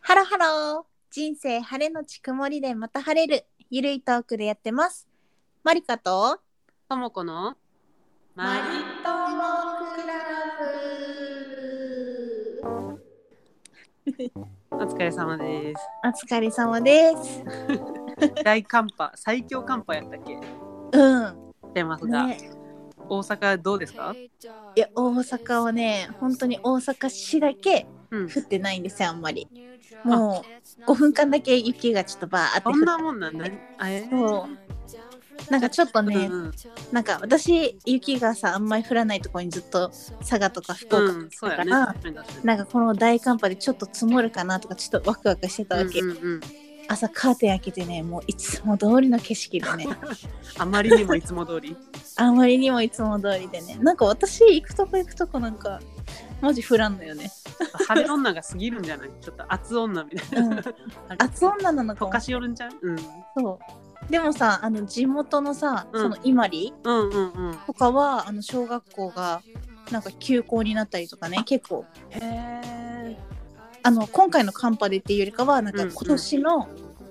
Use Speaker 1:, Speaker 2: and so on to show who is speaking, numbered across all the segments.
Speaker 1: ハロハロー。人生晴れのち曇りでまた晴れる。ゆるいトークでやってます。マリカと。
Speaker 2: ともこのマリ
Speaker 1: トモクラ
Speaker 2: お疲れ様です
Speaker 1: ブ。お疲れ様です。
Speaker 2: 大寒波最強寒波やったっけ
Speaker 1: うん。
Speaker 2: 出ますが、
Speaker 1: ね、
Speaker 2: 大阪どうですか
Speaker 1: いや、大阪はね、本当に大阪市だけ
Speaker 2: うん
Speaker 1: 降ってないんですよ、あんまり。もう、5分間だけ雪がちょっとバーって
Speaker 2: そ
Speaker 1: 降っ
Speaker 2: んなもんなんだあえ
Speaker 1: そう。なんかちょっとね、
Speaker 2: うんうん
Speaker 1: なんか私雪がさあんまり降らないところにずっと佐賀とか福岡
Speaker 2: うん
Speaker 1: に
Speaker 2: そう
Speaker 1: だか
Speaker 2: やね
Speaker 1: ら、なんかこの大寒波でちょっと積もるかなとかちょっとワクワクしてたわけ、
Speaker 2: うんうんうん
Speaker 1: 朝カーテン開けてねもういつも通りの景色 でね
Speaker 2: あまりにもいつも通り
Speaker 1: あんまりにもいつも通りでねなんか私行くとこ行くとこなんかマジ降らんのよね、
Speaker 2: 晴れ女が過ぎるんじゃないちょっと熱女みたいな
Speaker 1: うん、暑女なのか
Speaker 2: 溶
Speaker 1: も
Speaker 2: かしよるんちゃう、うん、
Speaker 1: そうでもさあの地元のさ、
Speaker 2: うん
Speaker 1: その伊万里
Speaker 2: うんうんうん
Speaker 1: とかはあの小学校がなんか休校になったりとかね結構
Speaker 2: へえ
Speaker 1: あの今回の寒波でっていうよりかはなんか
Speaker 2: うんうん
Speaker 1: 今年の、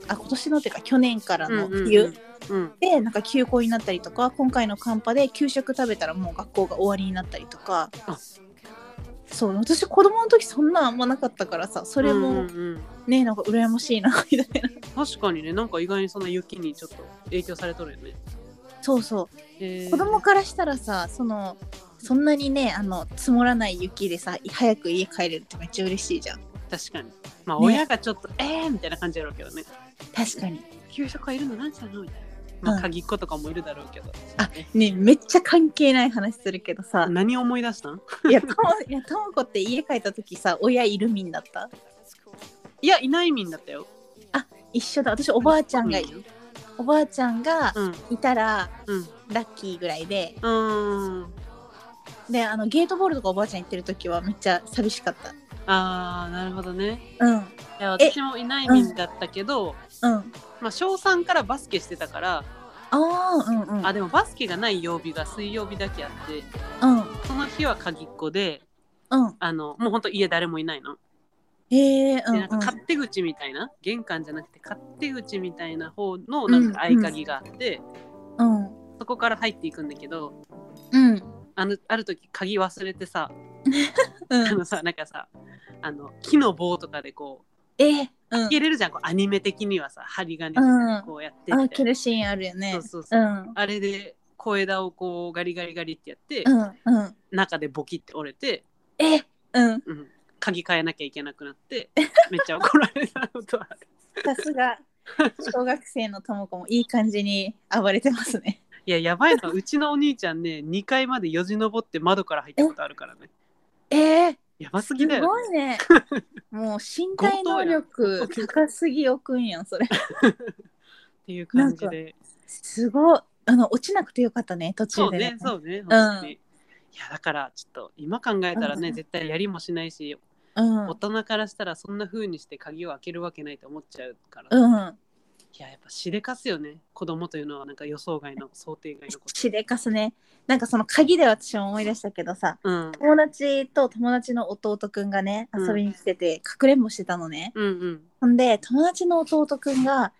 Speaker 1: あ今年のっていうか去年から
Speaker 2: うん
Speaker 1: の
Speaker 2: うんうん
Speaker 1: 冬、
Speaker 2: うん
Speaker 1: でなんか休校になったりとか今回の寒波で給食食べたらもう学校が終わりになったりとか
Speaker 2: あ
Speaker 1: そう私子供の時そんなんあんまなかったからさそれ
Speaker 2: うんう
Speaker 1: も
Speaker 2: んうん
Speaker 1: ね、なんか羨ましいなみたいな
Speaker 2: 確かにねなんか意外にそんな雪にちょっと影響されとるよね
Speaker 1: そうそ
Speaker 2: へ
Speaker 1: う
Speaker 2: ー
Speaker 1: 子供からしたらさそのそんなにねあの積もらない雪でさ早く家帰れるってめっちゃ嬉しいじゃん
Speaker 2: 確かにまあ
Speaker 1: ね
Speaker 2: 親がちょっと、えーみたいな感じやろうけどね
Speaker 1: 確かに
Speaker 2: 給食はいるの何歳なのみたいなま
Speaker 1: う
Speaker 2: あ
Speaker 1: ん
Speaker 2: 鍵っ子とかもいるだろうけど、
Speaker 1: あねめっちゃ関係ない話するけどさ
Speaker 2: 何思い出したん
Speaker 1: いや、とも、いや、ともこって家帰った時さ、親いるみんだった。
Speaker 2: いやいない民だったよ
Speaker 1: 一緒だ、私おばあちゃんが、おばあちゃんが
Speaker 2: うん
Speaker 1: いたら、
Speaker 2: うん
Speaker 1: ラッキーぐらいで。
Speaker 2: うん
Speaker 1: で、あのゲートボールとかおばあちゃん行ってる時は、めっちゃ寂しかった。
Speaker 2: あーなるほどね
Speaker 1: うん、
Speaker 2: いや
Speaker 1: え
Speaker 2: 私もいない民だったけど、
Speaker 1: うん、
Speaker 2: まあ、小3からバスケしてたから
Speaker 1: ああ、うん、うん、
Speaker 2: あでもバスケがない曜日が水曜日だけあって
Speaker 1: う
Speaker 2: その日は鍵っ子で
Speaker 1: ん、うん、
Speaker 2: あのもうほんと家誰もいないの
Speaker 1: へえ、うん、う
Speaker 2: でなんんか、勝手口みたいな、玄関じゃなくて勝手口みたいな方のなんか合鍵があって、
Speaker 1: うん、
Speaker 2: そこから入っていくんだけど
Speaker 1: うん、
Speaker 2: あのある時鍵忘れてさ、
Speaker 1: う
Speaker 2: あ
Speaker 1: ん、
Speaker 2: のさなんかさあの木の棒とかでこう
Speaker 1: えー、うん
Speaker 2: 入、れれるじゃん、こうアニメ的にはさ針金で
Speaker 1: うん
Speaker 2: こうやってみたいな
Speaker 1: あ、切るシーンあるよね
Speaker 2: そう。そうそうう、
Speaker 1: ん、
Speaker 2: あれで小枝をこうガリガリガリってやって、
Speaker 1: うん、うん、
Speaker 2: 中でボキって折れて、
Speaker 1: え、うん、
Speaker 2: うん、鍵変えなきゃいけなくなって めっちゃ怒られたことはあ
Speaker 1: さ
Speaker 2: る
Speaker 1: すが。小学生のともこもいい感じに暴れてますね。
Speaker 2: いややばい のはうちのお兄ちゃんね2階までよじ登って窓から入ったことあるからね
Speaker 1: えー、
Speaker 2: やばすぎ
Speaker 1: す
Speaker 2: だよね
Speaker 1: ごいね。もう身体能
Speaker 2: 強
Speaker 1: 力
Speaker 2: 盗やん
Speaker 1: 高すぎおくんやんそれ。
Speaker 2: っていう感じで。
Speaker 1: すごい。あの落ちなくてよかったね途
Speaker 2: そ
Speaker 1: 中
Speaker 2: う
Speaker 1: で、
Speaker 2: ね、
Speaker 1: う
Speaker 2: そうね、本当に。
Speaker 1: うん
Speaker 2: いや、だから、ちょっと今考えたら
Speaker 1: うんう
Speaker 2: ね、
Speaker 1: ん
Speaker 2: 絶対やりもしないし、
Speaker 1: ん
Speaker 2: 大人からしたらそんな風にして鍵を開けるわけないと思っちゃうから。い
Speaker 1: うん。
Speaker 2: や、やっぱしでかすよね。子供というのはなんか予想外の想定外のこ
Speaker 1: しでかすね。なんかその鍵で私も思い出したけどさ。
Speaker 2: と。うん。
Speaker 1: 友達と友達の弟くんがね
Speaker 2: うん
Speaker 1: 遊びに来てて、かくれんぼしてたのね。
Speaker 2: うんうん。
Speaker 1: ほんで友達の弟くんが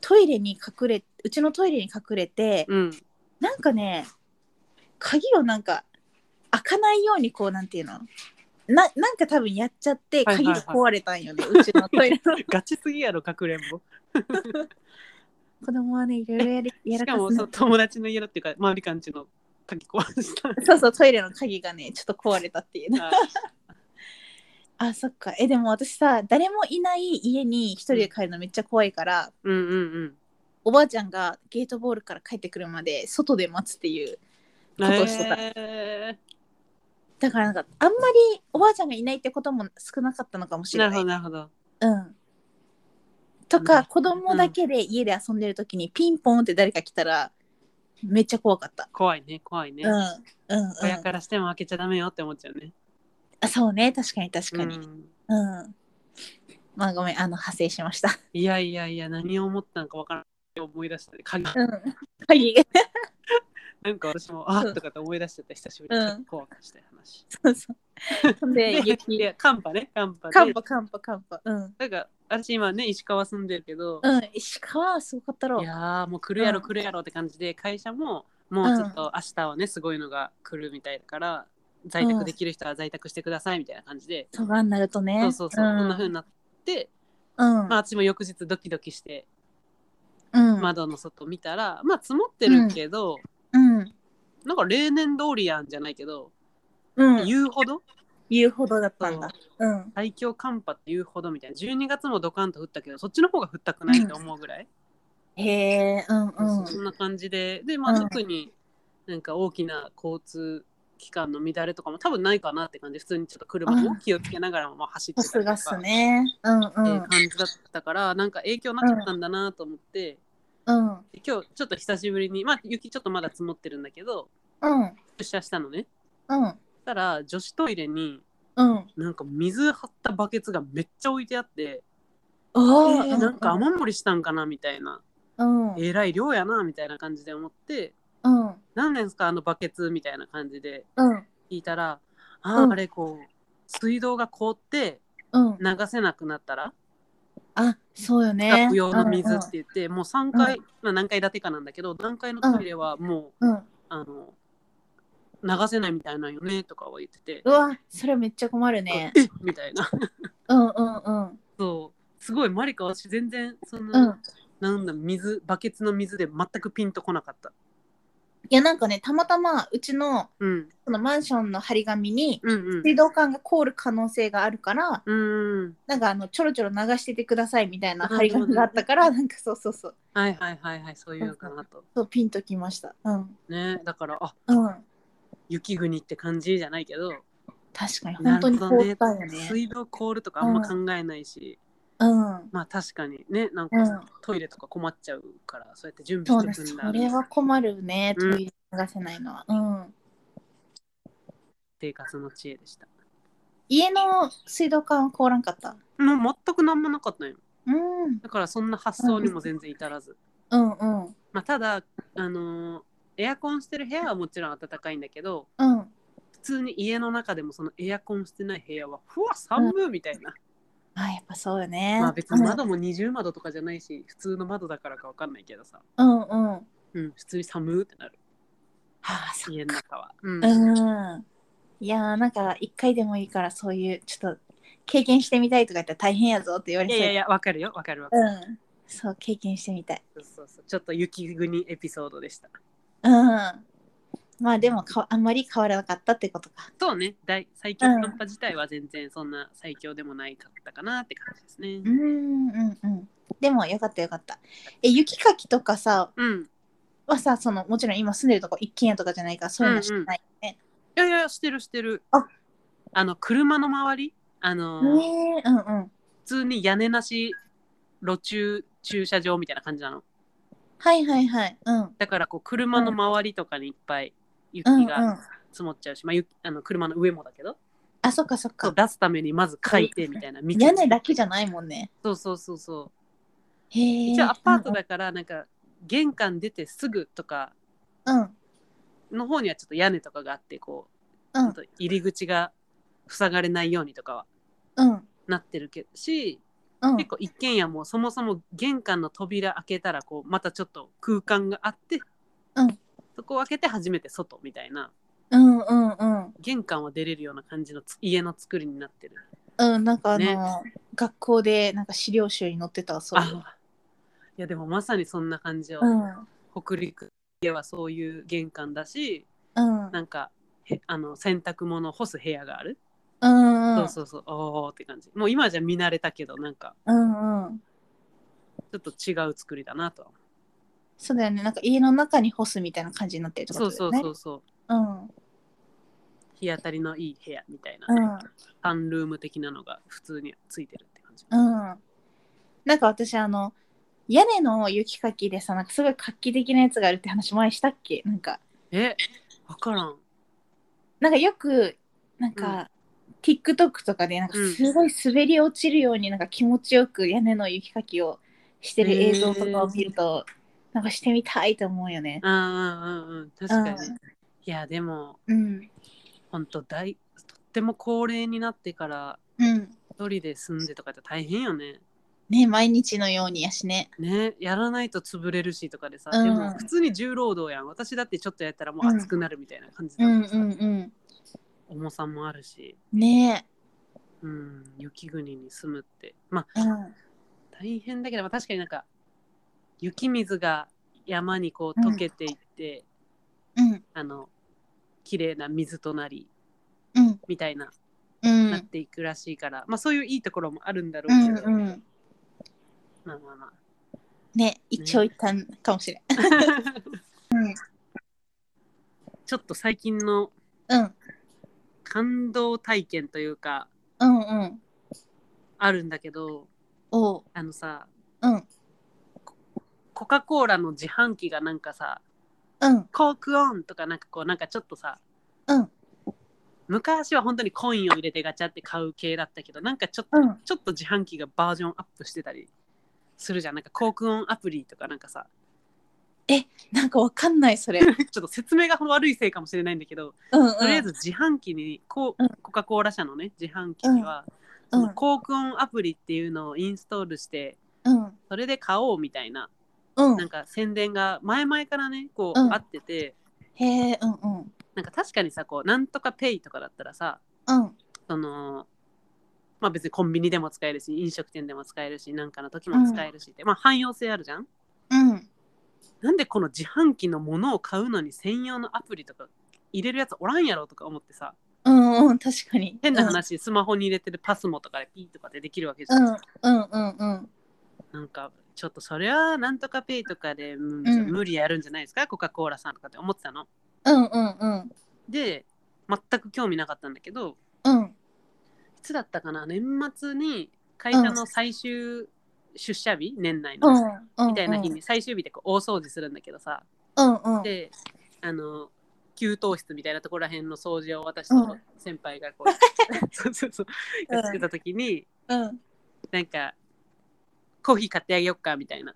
Speaker 1: トイレに隠れうちのトイレに隠れて、
Speaker 2: うん。
Speaker 1: なんかね鍵をなんか開かないようにこうなんていうのななんか多分やっちゃって
Speaker 2: はいはい
Speaker 1: 鍵
Speaker 2: はい
Speaker 1: が壊れたんよね、うちのトイレの
Speaker 2: ガチすぎやろ、かくれんぼ。
Speaker 1: 子供はねいろいろやりや
Speaker 2: し
Speaker 1: らか
Speaker 2: かも、
Speaker 1: す
Speaker 2: その
Speaker 1: の
Speaker 2: 友達の家だっていうか、周りかんちの鍵壊 した。
Speaker 1: そうそうトイレの鍵がねちょっと壊れたっていうね
Speaker 2: あ
Speaker 1: あそっかえでも私さ誰もいない家に一人で帰るのめっちゃ怖いから、
Speaker 2: うんうんうん。
Speaker 1: おばあちゃんがゲートボールから帰ってくるまで外で待つっていうことしてた
Speaker 2: え
Speaker 1: だからなんかあんまりおばあちゃんがいないってことも少なかったのかもし
Speaker 2: ー、
Speaker 1: れ
Speaker 2: な
Speaker 1: な
Speaker 2: る
Speaker 1: い
Speaker 2: ほど、なるほど。
Speaker 1: うんと
Speaker 2: な
Speaker 1: か
Speaker 2: る
Speaker 1: 子供だけで家で遊んでる時にピンポンって誰か来たらめっちゃ怖かった。
Speaker 2: 怖いね、怖いね。
Speaker 1: うんうんうん、
Speaker 2: 親からしても開けちゃダメよって思っちゃうね。
Speaker 1: あそうね確かに確かに。
Speaker 2: うん
Speaker 1: うん、まあごめんあの派生しました。
Speaker 2: いやいやいや、何を思ったのかわからない。思い出したね。鍵
Speaker 1: うん、鍵が
Speaker 2: なんか私も、あ
Speaker 1: うん
Speaker 2: とかって思い出しちゃった、久しぶりに。
Speaker 1: うん
Speaker 2: 怖くしたい話。
Speaker 1: そうそうで、
Speaker 2: い
Speaker 1: 雪。
Speaker 2: やカンパねカンパで
Speaker 1: カンパカンパカンパ。うん。
Speaker 2: なんか私今ね石川住んでるけど、
Speaker 1: うん、石川はすごかったろ
Speaker 2: い。やーもう来るやろ
Speaker 1: うん
Speaker 2: 来るやろって感じで会社ももうちょっと明日はねすごいのが来るみたいだから在宅できる人は在宅してくださいみたいな感じで、
Speaker 1: とがになるとね。
Speaker 2: そうそうそう、
Speaker 1: ん、
Speaker 2: こんな風になって、
Speaker 1: うん。
Speaker 2: まあ、私も翌日ドキドキして
Speaker 1: うん。
Speaker 2: 窓の外見たら、まあ積もってるけど、
Speaker 1: うん。
Speaker 2: なんか例年通りやんじゃないけど、
Speaker 1: うん。
Speaker 2: 言うほど
Speaker 1: 言うほどだったんだ。うん。
Speaker 2: 最強寒波って言うほどみたいな12月もドカンと降ったけどそっちの方が降ったくないって思うぐらい、
Speaker 1: へえ、うんうん。
Speaker 2: そんな感じでで、まあ、
Speaker 1: うん
Speaker 2: 特になんか大きな交通機関の乱れとかも多分ないかなって感じ普通にちょっと車
Speaker 1: う
Speaker 2: も
Speaker 1: ん
Speaker 2: 気をつけながらもまあ走って
Speaker 1: さ
Speaker 2: た
Speaker 1: す
Speaker 2: りと
Speaker 1: が
Speaker 2: か
Speaker 1: っすね。うんう。
Speaker 2: っていうん感じだったからなんか影響なかったんだなと思って、
Speaker 1: うん。
Speaker 2: で今日ちょっと久しぶりにまあ雪ちょっとまだ積もってるんだけど
Speaker 1: うん。
Speaker 2: 出社したのね
Speaker 1: うん。
Speaker 2: そしたら女子トイレに
Speaker 1: うん。
Speaker 2: なんか水張ったバケツがめっちゃ置いてあって、
Speaker 1: ああ
Speaker 2: えーなんか雨漏りしたんかなみたいな、
Speaker 1: うん。うん。
Speaker 2: えらい量やなみたいな感じで思って
Speaker 1: うん。
Speaker 2: 何年ですかあのバケツみたいな感じで
Speaker 1: うん。
Speaker 2: 聞いたらあ
Speaker 1: う
Speaker 2: ー
Speaker 1: ん
Speaker 2: あれこう水道が凍って
Speaker 1: うん。
Speaker 2: 流せなくなったら
Speaker 1: あ、そうよね。
Speaker 2: 学用の水って言ってもう3階、
Speaker 1: う
Speaker 2: まあ、何階建てかなんだけど何階のトイレはもう
Speaker 1: うん。うん。
Speaker 2: あの流せないみたいなんよねとかは言ってて
Speaker 1: うわ、それめっちゃ困るね。
Speaker 2: えみたいな
Speaker 1: うんうんうん。
Speaker 2: そうすごいマリカ私全然そん
Speaker 1: う
Speaker 2: な、
Speaker 1: ん。
Speaker 2: なんだ水バケツの水で全くピンとこなかった、
Speaker 1: いや、なんかね、たまたまうちの
Speaker 2: うん、
Speaker 1: そのマンションの張り紙に、
Speaker 2: うんうん
Speaker 1: 水道管が凍る可能性があるから、
Speaker 2: うん
Speaker 1: なんかあのちょろちょろ流しててくださいみたいな張り紙があったから、なんかそうそうそう、
Speaker 2: はいはいはいはいそういうのかなと
Speaker 1: そうピンときました。うん。
Speaker 2: ねだからあ
Speaker 1: うん。
Speaker 2: 雪国って感じじゃないけど
Speaker 1: 確かに、本
Speaker 2: な
Speaker 1: 当
Speaker 2: る
Speaker 1: に
Speaker 2: ほ
Speaker 1: 凍
Speaker 2: どね
Speaker 1: ったよね。
Speaker 2: 水道凍るとかあんま考えないし、
Speaker 1: うん。
Speaker 2: まあ確かにねなんか、
Speaker 1: うん、
Speaker 2: トイレとか困っちゃうからそうやって準
Speaker 1: そう
Speaker 2: 備
Speaker 1: ね、
Speaker 2: してくん
Speaker 1: そ
Speaker 2: だ
Speaker 1: れは困るね、
Speaker 2: うん
Speaker 1: トイレ流せないのは。うん。
Speaker 2: 生活の知恵でした
Speaker 1: 家の水道管は凍らんかった。
Speaker 2: もう全く何もなかったんよ
Speaker 1: うん。
Speaker 2: だからそんな発想にも全然至らず、
Speaker 1: うんうん。
Speaker 2: まあただあのーエアコンしてる部屋はもちろん暖かいんだけど
Speaker 1: うん。
Speaker 2: 普通に家の中でもそのエアコンしてない部屋はふわ寒いみたいな、
Speaker 1: あ、やっぱそうよね。
Speaker 2: まあ別に窓も二重窓とかじゃないし普通の窓だからかわかんないけどさ、
Speaker 1: うんうん。は
Speaker 2: うん、普通に寒ーってなる
Speaker 1: あ、そ
Speaker 2: 家の中は、うん
Speaker 1: うん。いやーなんか一回でもいいからそういうちょっと経験してみたいとか言ったら大変やぞって言われ
Speaker 2: い
Speaker 1: そ
Speaker 2: や
Speaker 1: う
Speaker 2: いやいやわかるよわかるわかる、
Speaker 1: うんそう経験してみたい
Speaker 2: そうそうそうちょっと雪国エピソードでした
Speaker 1: うんまあでもかあんまり変わらなかったってことか
Speaker 2: そうね大最強寒波自体は全然そんな最強でもないかったかなって感じですね
Speaker 1: うんうんうんでもよかったよかったえ雪かきとかさ
Speaker 2: うん、
Speaker 1: はさそのもちろん今住んでるとこ一軒家とかじゃないからそういうのしないよね、
Speaker 2: いやいやしてるしてる
Speaker 1: あ
Speaker 2: あの車の周りあのー、
Speaker 1: ねえうんうん
Speaker 2: 普通に屋根なし路中駐車場みたいな感じなの
Speaker 1: はいはいはいうん
Speaker 2: だからこう車の周りとかにいっぱい雪
Speaker 1: うんう
Speaker 2: が
Speaker 1: ん
Speaker 2: 積もっちゃうし、まあ雪、あの車の上もだけど
Speaker 1: あそっかそっ
Speaker 2: そう
Speaker 1: か
Speaker 2: 出すためにまず書いてみたいな道
Speaker 1: 屋根だけじゃないもんね
Speaker 2: そうそうそうそう
Speaker 1: へえ
Speaker 2: 一応アパートだからなんか玄関出てすぐとか
Speaker 1: うんうん
Speaker 2: の方にはちょっと屋根とかがあってこう、
Speaker 1: うん
Speaker 2: ちょっと入り口が塞がれないようにとかは
Speaker 1: うん
Speaker 2: なってるけどし、
Speaker 1: うん
Speaker 2: 結構一軒家もそもそも玄関の扉開けたらこうまたちょっと空間があって、
Speaker 1: うん
Speaker 2: そこを開けて初めて外みたいな
Speaker 1: うんうんうん
Speaker 2: 玄関は出れるような感じのつ家の作りになってる。
Speaker 1: うん、なんかあの、
Speaker 2: ね
Speaker 1: 学校でなんか資料集に載ってたそういう。
Speaker 2: あいやでもまさにそんな感じを、
Speaker 1: うん、
Speaker 2: 北陸家はそういう玄関だし
Speaker 1: うん、
Speaker 2: なんかへあの洗濯物を干す部屋がある、
Speaker 1: うん、うん
Speaker 2: そうそうそうおおって感じもう今じゃ見慣れたけどなんか
Speaker 1: うん、うん。
Speaker 2: ちょっと違う作りだなとは思
Speaker 1: そうだよね、なんか家の中に干すみたいな感じになってるって
Speaker 2: う
Speaker 1: こ
Speaker 2: そ
Speaker 1: とだよ
Speaker 2: うそう
Speaker 1: ね。
Speaker 2: そうそう
Speaker 1: うん、うん、
Speaker 2: 日当たりのいい部屋みたいな、
Speaker 1: う
Speaker 2: サンルーム的なのが普通についてるって感じ、
Speaker 1: ん。なんか私あの、屋根の雪かきでさ、なんかすごい画期的なやつがあるって話前したっけなんか、
Speaker 2: え分からん
Speaker 1: なんかよく、なんか、TikTok とかでなんか
Speaker 2: うん
Speaker 1: すごい滑り落ちるようになんか気持ちよく屋根の雪かきをしてる映像とかを見ると、なんかしてみたいと思うよね。
Speaker 2: うんうんうんうん確かに、
Speaker 1: うん
Speaker 2: いやでも
Speaker 1: うん、
Speaker 2: ほんと大とっっても高齢になってから
Speaker 1: うん。
Speaker 2: 一人で住んでとかって大変よね。
Speaker 1: ね毎日のようにやしね。
Speaker 2: ねやらないと潰れるしとかでさ、
Speaker 1: うん
Speaker 2: でも普通に重労働やん私だってちょっとやったらもう熱くなるみたいな感じだからさ、
Speaker 1: ん
Speaker 2: 重さもあるし、
Speaker 1: うん。ね
Speaker 2: うん、雪国に住むってまあ
Speaker 1: え。うん。
Speaker 2: 大変だけどまあ確かになんか雪水が山にこう溶けていって、
Speaker 1: うん。
Speaker 2: あの綺麗な水となり
Speaker 1: うん。
Speaker 2: みたいな、
Speaker 1: うん。
Speaker 2: なっていくらしいから、まあ、そういういいところもあるんだろ
Speaker 1: う
Speaker 2: うんけど、
Speaker 1: うん。
Speaker 2: まあまあまあ
Speaker 1: ね一長一短かもしれん。うん
Speaker 2: ちょっと最近の
Speaker 1: うん。
Speaker 2: 感動体験というか
Speaker 1: うんうん。
Speaker 2: あるんだけど
Speaker 1: おう。
Speaker 2: あのさ
Speaker 1: うん。
Speaker 2: コカ・コーラの自販機がなんかさ
Speaker 1: うん。
Speaker 2: コークオンとかなんかこうなんかちょっとさ
Speaker 1: うん。
Speaker 2: 昔は本当にコインを入れてガチャって買う系だったけどなんかちょっと、
Speaker 1: うん
Speaker 2: ちょっと自販機がバージョンアップしてたりするじゃんなんかコークオンアプリとかなんかさ
Speaker 1: なんかわかんない、そ れ。
Speaker 2: ちょっと説明が悪いせいかもしれないんだけど、
Speaker 1: うんうん。
Speaker 2: とりあえず自販機にコ,、
Speaker 1: うん
Speaker 2: コカ・コーラ社のね自販機には、
Speaker 1: う
Speaker 2: そ
Speaker 1: ん
Speaker 2: の。コークオンアプリっていうのをインストールして
Speaker 1: うん。
Speaker 2: それで買おうみたいな
Speaker 1: う
Speaker 2: なん
Speaker 1: ん。
Speaker 2: か宣伝が前々からねこう、
Speaker 1: うん
Speaker 2: あってて
Speaker 1: へえ、うんうん。
Speaker 2: なんか確かにさこうなんとかペイとかだったらさ
Speaker 1: うん。
Speaker 2: そのまあ別にコンビニでも使えるし飲食店でも使えるしなんかの時も使えるしって、まあ汎用性あるじゃん
Speaker 1: うん。
Speaker 2: なんでこの自販機のものを買うのに専用のアプリとか入れるやつおらんやろとか思ってさ
Speaker 1: うんうん。確かに。
Speaker 2: 変な。話、スマホに入れてるパスモとかでピーとかでできるわけじゃ、
Speaker 1: うんん。うんうんうん。
Speaker 2: なんかちょっとそれはなんとかペイとかで、うん
Speaker 1: うん
Speaker 2: 無理やるんじゃないですかコカ・コーラさんとかって思ってたの
Speaker 1: うんうんうん。
Speaker 2: で全く興味なかったんだけど
Speaker 1: うん。
Speaker 2: いつだったかな年末に会社の最終出社日、年内の、
Speaker 1: うん。
Speaker 2: みたいな日。に最終日でこう大掃除するんだけどさ、
Speaker 1: うんうん。
Speaker 2: であの給湯室みたいなところらへんの掃除を私
Speaker 1: う
Speaker 2: と
Speaker 1: ん
Speaker 2: 先輩がこう、 そうそうそうやってた時に、
Speaker 1: うん。
Speaker 2: なんかコーヒー買ってあげよっかみたいな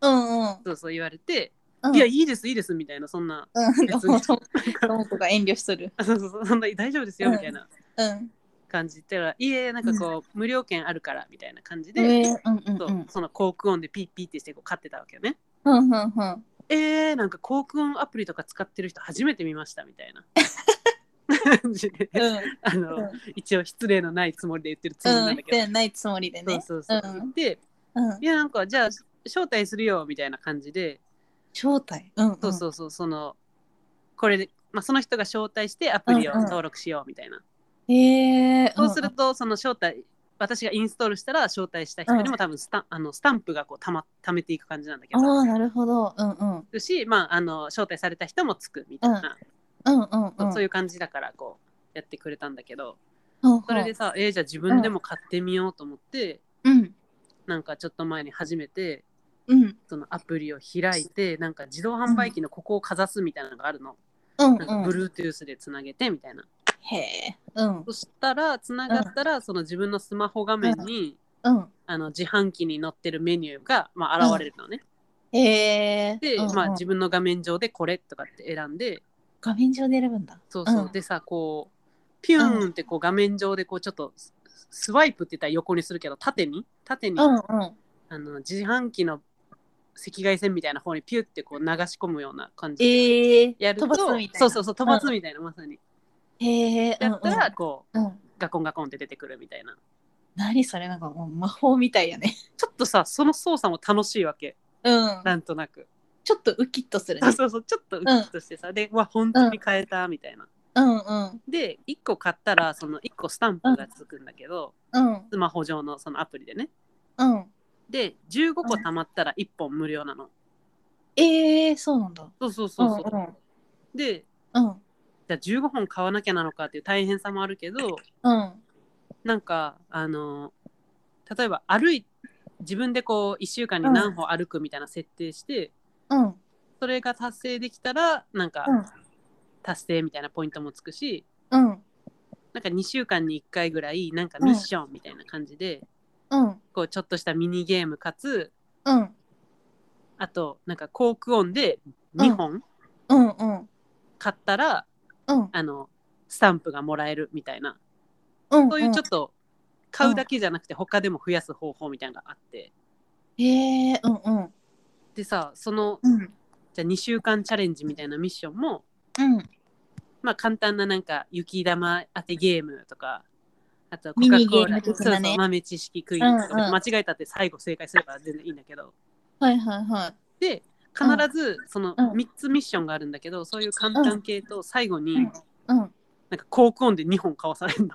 Speaker 1: うんうん。
Speaker 2: そうそう言われて、
Speaker 1: うん
Speaker 2: いやいいですいいですみたいなそんな
Speaker 1: うん。
Speaker 2: 別
Speaker 1: 友
Speaker 2: に
Speaker 1: 子が遠慮しとる。
Speaker 2: あそうそうそうそんな大丈夫ですよみたいな
Speaker 1: うん。
Speaker 2: 感じで言ったら、いえなんかこう、無料券あるからみたいな感じで、
Speaker 1: ええ、うんう
Speaker 2: そ
Speaker 1: ん
Speaker 2: う
Speaker 1: うん。
Speaker 2: そのコークオンでピッピッってしてこう買ってたわけよね。
Speaker 1: うんうんうん。
Speaker 2: えー、なんかコークオンアプリとか使ってる人初めて見ましたみたいな 感じで、
Speaker 1: うん。
Speaker 2: あの、
Speaker 1: うん
Speaker 2: 一応失礼のないつもりで言ってるつもりな
Speaker 1: うんん
Speaker 2: だ。け
Speaker 1: でないつもりで
Speaker 2: ど、
Speaker 1: ね。
Speaker 2: そうそうそう、
Speaker 1: うん
Speaker 2: で
Speaker 1: うん
Speaker 2: い。やなんかじゃあ招待するよみたいな感じで
Speaker 1: 正体。うん。
Speaker 2: そうそうそうそのこれで、まあ、その人が招待してアプリを
Speaker 1: うんうん
Speaker 2: 登録しようみたいな、
Speaker 1: うん。へえ。
Speaker 2: そうするとその招待私がインストールしたら招待した人にも多分スタンあのスタンプがこうたま貯めていく感じなんだけ
Speaker 1: ああ、
Speaker 2: ど
Speaker 1: なるほど。うんうん。
Speaker 2: るし、まあ、あの招待された人もつくみたいな、
Speaker 1: うんうん
Speaker 2: そう
Speaker 1: うん。
Speaker 2: そう
Speaker 1: い
Speaker 2: いう感じだからこうやってくれたんだけど
Speaker 1: うん。
Speaker 2: それでさ、えーじゃあ自分でも買ってみようと思って、
Speaker 1: うん。
Speaker 2: なんかちょっと前に初めて
Speaker 1: うん。
Speaker 2: そのアプリを開いてなんか自動販売機のここをかざすみたいなのがある
Speaker 1: う
Speaker 2: の、
Speaker 1: ん
Speaker 2: なんか
Speaker 1: うん。
Speaker 2: Bluetooth でつなげてみたいな、
Speaker 1: へえ。うん
Speaker 2: そしたらつながったら、その自分のスマホ画面に、
Speaker 1: うん。
Speaker 2: あの自販機に載ってるメニューが、まあ、現れるのね、
Speaker 1: へえ。
Speaker 2: で、
Speaker 1: うんうん
Speaker 2: まあ、自分の画面上でこれとかって選んで
Speaker 1: 画面上で選ぶんだ。
Speaker 2: そうそう、
Speaker 1: うん
Speaker 2: でさこうピューンってこう画面上でこうちょっとススワイプって言ったら横にするけど縦に縦に、
Speaker 1: うんうん。
Speaker 2: あの自販機の赤外線みたいな方にピュってこう流し込むような感じで
Speaker 1: ええ。
Speaker 2: やると
Speaker 1: 飛ばすみたいな。
Speaker 2: そうそうそう飛ばすみたいな、まさに
Speaker 1: へえ。
Speaker 2: やったらこう
Speaker 1: うんうん。うん。
Speaker 2: ガコンガコンって出てくるみたいな
Speaker 1: 何それなんかもう魔法みたいやね。
Speaker 2: ちょっとさその操作も楽しいわけ
Speaker 1: うん。
Speaker 2: なんとなく
Speaker 1: ちょっとウキッとする
Speaker 2: そう
Speaker 1: ね。
Speaker 2: そうそうちょっとウキッとしてさ、でうわ本当に買えたみたいな、
Speaker 1: うんうん。
Speaker 2: で1個買ったらその1個スタンプがつくんだけど、
Speaker 1: うん
Speaker 2: スマホ上のそのアプリでね
Speaker 1: うん。
Speaker 2: で15個貯まったら1本無料なの、
Speaker 1: ええ、そうなんだ。
Speaker 2: そうそうそうそう、
Speaker 1: うんうん
Speaker 2: で
Speaker 1: うん。
Speaker 2: じゃあ15本買わなきゃなのかっていう大変さもあるけど
Speaker 1: うん。
Speaker 2: なんかあの例えば歩い自分でこう1週間に何歩歩くみたいな設定して、
Speaker 1: うん。
Speaker 2: それが達成できたらなんか
Speaker 1: うん
Speaker 2: 達成みたいなポイントもつくし、
Speaker 1: うん。
Speaker 2: なんか2週間に1回ぐらいなんかミッションみたいな感じで、
Speaker 1: うん。
Speaker 2: こうちょっとしたミニゲームかつ
Speaker 1: うん。
Speaker 2: あとなんかコークオンで2本
Speaker 1: うんうん。
Speaker 2: 買ったら、
Speaker 1: うん。
Speaker 2: あのスタンプがもらえるみたいな
Speaker 1: うん
Speaker 2: そういうちょっと買うだけじゃなくて他でも増やす方法みたいなのがあって
Speaker 1: へえうんうん
Speaker 2: でさその
Speaker 1: うん
Speaker 2: じゃあ2週間チャレンジみたいなミッションも
Speaker 1: うん
Speaker 2: まあ簡単ななんか雪玉当てゲームとかあとコ
Speaker 1: ミ
Speaker 2: カ・
Speaker 1: ニゲ
Speaker 2: コ
Speaker 1: ー
Speaker 2: ー
Speaker 1: ム
Speaker 2: ラそ
Speaker 1: 的
Speaker 2: うそ
Speaker 1: な
Speaker 2: う
Speaker 1: ね
Speaker 2: 豆知識クイズとか、
Speaker 1: うんうん
Speaker 2: 間違えたって最後正解すれば全然いいんだけど
Speaker 1: はいはいはい
Speaker 2: で必ずその
Speaker 1: うん
Speaker 2: 3つミッションがあるんだけど、そういう簡単系と最後に
Speaker 1: うんうん
Speaker 2: なんか高校音で2本買わされるの。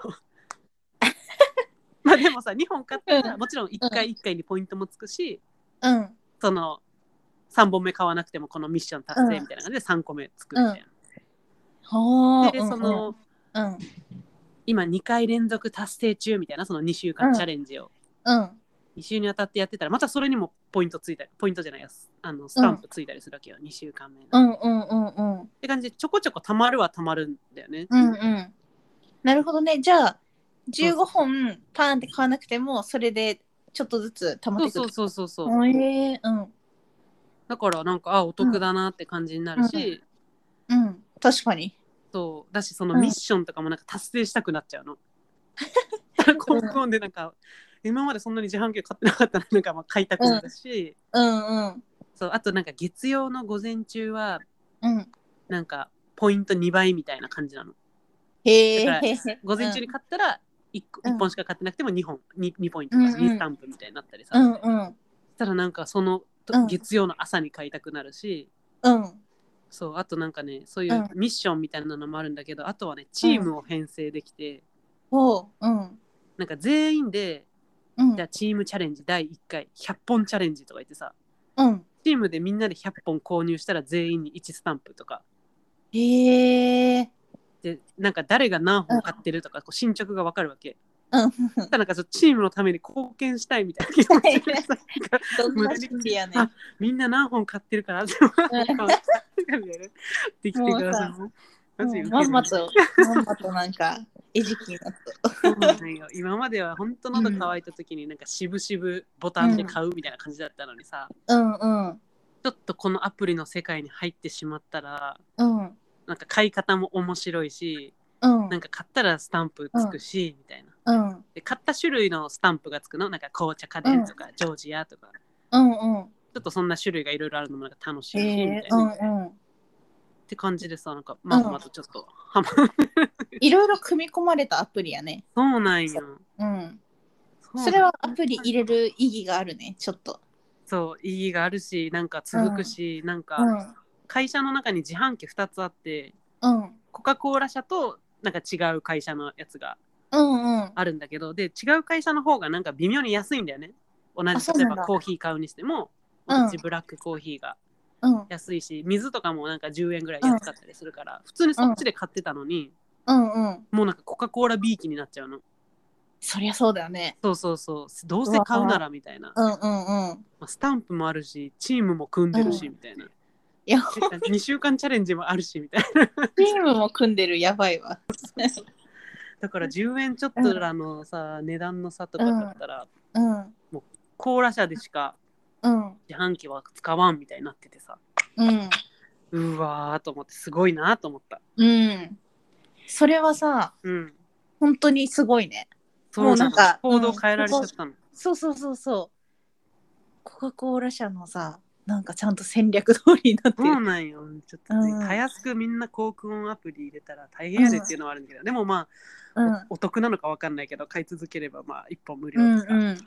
Speaker 2: まあでもさ2本買ったらもちろん1回1回にポイントもつくし、
Speaker 1: うん
Speaker 2: その3本目買わなくてもこのミッション達成みたいな感じで3個目つくみたい
Speaker 1: は
Speaker 2: な。
Speaker 1: あ
Speaker 2: でその、
Speaker 1: うん
Speaker 2: 今2回連続達成中みたいなその2週
Speaker 1: う
Speaker 2: 間
Speaker 1: ん
Speaker 2: チャレンジを、
Speaker 1: うん
Speaker 2: 2週にわたってやってたらまたそれにもポイントついたりポイントじゃないやあのスタンプついたりするわけよ、2週間目
Speaker 1: う
Speaker 2: の、っ
Speaker 1: んうんうんうん
Speaker 2: て感じでちょこちょこたまるはたまるんだよね、
Speaker 1: うんうんなるほどねじゃあ15本パンって買わなくてもそれでちょっとずつ溜まっ
Speaker 2: そう
Speaker 1: てく
Speaker 2: そう
Speaker 1: る
Speaker 2: そうそうそう、
Speaker 1: おえーうん
Speaker 2: だからなんかあお得だなって感じになるし、
Speaker 1: うん確かに
Speaker 2: そうだしその
Speaker 1: うん
Speaker 2: ミッションとかもなんか達成したくなっ ちゃうの。 コンコンでなんか今までそんなに自販機買ってなかったらなんかまあ買いたくなるし、
Speaker 1: うんうん
Speaker 2: そうあとなんか月曜の午前中は
Speaker 1: うん
Speaker 2: なんかポイント2倍みたいな感じなの。
Speaker 1: へえ
Speaker 2: だ午前中に買ったら 1, 個
Speaker 1: うん
Speaker 2: 一本しか買ってなくても2本 2, 二ポイントとか
Speaker 1: うんうん
Speaker 2: 2スタンプみたいになったりさ、
Speaker 1: うんうん
Speaker 2: そしたらなんかそのと
Speaker 1: うん
Speaker 2: 月曜の朝に買いたくなるし、
Speaker 1: うん
Speaker 2: そうあとなんかねそういううんミッションみたいなのもあるんだけどあとはねチームを編成できて、
Speaker 1: おううん
Speaker 2: なんか全員で
Speaker 1: うん
Speaker 2: じゃあチームチャレンジ第1回100本チャレンジとか言ってさ
Speaker 1: うん
Speaker 2: チームでみんなで100本購入したら全員に1スタンプとか
Speaker 1: へえ
Speaker 2: でなんか誰が何本買ってるとかこう進捗が分かるわけ
Speaker 1: うん
Speaker 2: ただなんかちょっとチームのために貢献したいみたいな気持ちでさ
Speaker 1: どんな心理やねん
Speaker 2: あみんな何本買ってるからでも
Speaker 1: うん
Speaker 2: できてくださいマ
Speaker 1: う
Speaker 2: ジウケ
Speaker 1: ん
Speaker 2: る
Speaker 1: まんまとまんまとなんか餌食になった
Speaker 2: そうなんよ今までは本当喉乾いた時になんか渋々ボタンで買うみたいな感じだったのにさ、
Speaker 1: うんうん
Speaker 2: ちょっとこのアプリの世界に入ってしまったら
Speaker 1: うん
Speaker 2: なんか買い方も面白いし
Speaker 1: うん
Speaker 2: なんか買ったらスタンプつくし、みたいな
Speaker 1: うん
Speaker 2: で買った種類のスタンプがつくのなんか紅茶家電とか、ジョージアとか
Speaker 1: うんうん
Speaker 2: ちょっとそんな種類がいろいろあるのもなんか楽しいしみたいな、
Speaker 1: へえうんうん
Speaker 2: って感じでさなんかまあまとちょっとハマ、
Speaker 1: いろいろ組み込まれたアプリやね
Speaker 2: そうなんよ
Speaker 1: うん
Speaker 2: うなん
Speaker 1: それはアプリ入れる意義があるねちょっと
Speaker 2: そう意義があるしなんか続くし、なんか、
Speaker 1: うん
Speaker 2: 会社の中に自販機2つあって
Speaker 1: うん
Speaker 2: コカ・コーラ社となんか違う会社のやつが
Speaker 1: うんうん
Speaker 2: あるんだけどで違う会社の方がなんか微妙に安いんだよね同
Speaker 1: あ
Speaker 2: じ
Speaker 1: そう
Speaker 2: 例え
Speaker 1: なんだ
Speaker 2: ばコーヒー買うにしても
Speaker 1: うん
Speaker 2: うちブラックコーヒーが
Speaker 1: うん
Speaker 2: 安いし水とかもなんか10円ぐらい安かったりするから、普通にそっちで買ってたのに、
Speaker 1: うんうん
Speaker 2: もうなんかコカ・コーラビーキになっちゃうの
Speaker 1: そりゃそうだよね
Speaker 2: そうそうそうどうせ買うならみたいな、
Speaker 1: う
Speaker 2: ま
Speaker 1: んうんうん
Speaker 2: あ、スタンプもあるしチームも組んでるし、みたいない
Speaker 1: や
Speaker 2: 2週間チャレンジもあるしみたいな
Speaker 1: チームも組んでるやばいわ
Speaker 2: だから10円ちょっとらのさ、値段の差とかだったら、
Speaker 1: うん
Speaker 2: コーラ社でしか
Speaker 1: うん
Speaker 2: 自販機は使わんみたいになっててさ
Speaker 1: うん
Speaker 2: うわーと思ってすごいなと思った。
Speaker 1: うんそれはさ
Speaker 2: うん。
Speaker 1: 本当にすごいね
Speaker 2: そう
Speaker 1: もうな
Speaker 2: なんん
Speaker 1: か
Speaker 2: か行動変えられちゃったの。
Speaker 1: そうそうそうそうコカ・コーラ社のさなんかちゃんと戦略通りになって
Speaker 2: そう
Speaker 1: る
Speaker 2: なんよ。ちょっとね、
Speaker 1: うん
Speaker 2: たやすくみんな航空音アプリ入れたら大変やでっていうのはあるんだけど、でもま
Speaker 1: う
Speaker 2: あ、
Speaker 1: ん
Speaker 2: おお得なのかわかんないけど、買い続ければまあ1本無料
Speaker 1: うん
Speaker 2: とか
Speaker 1: うん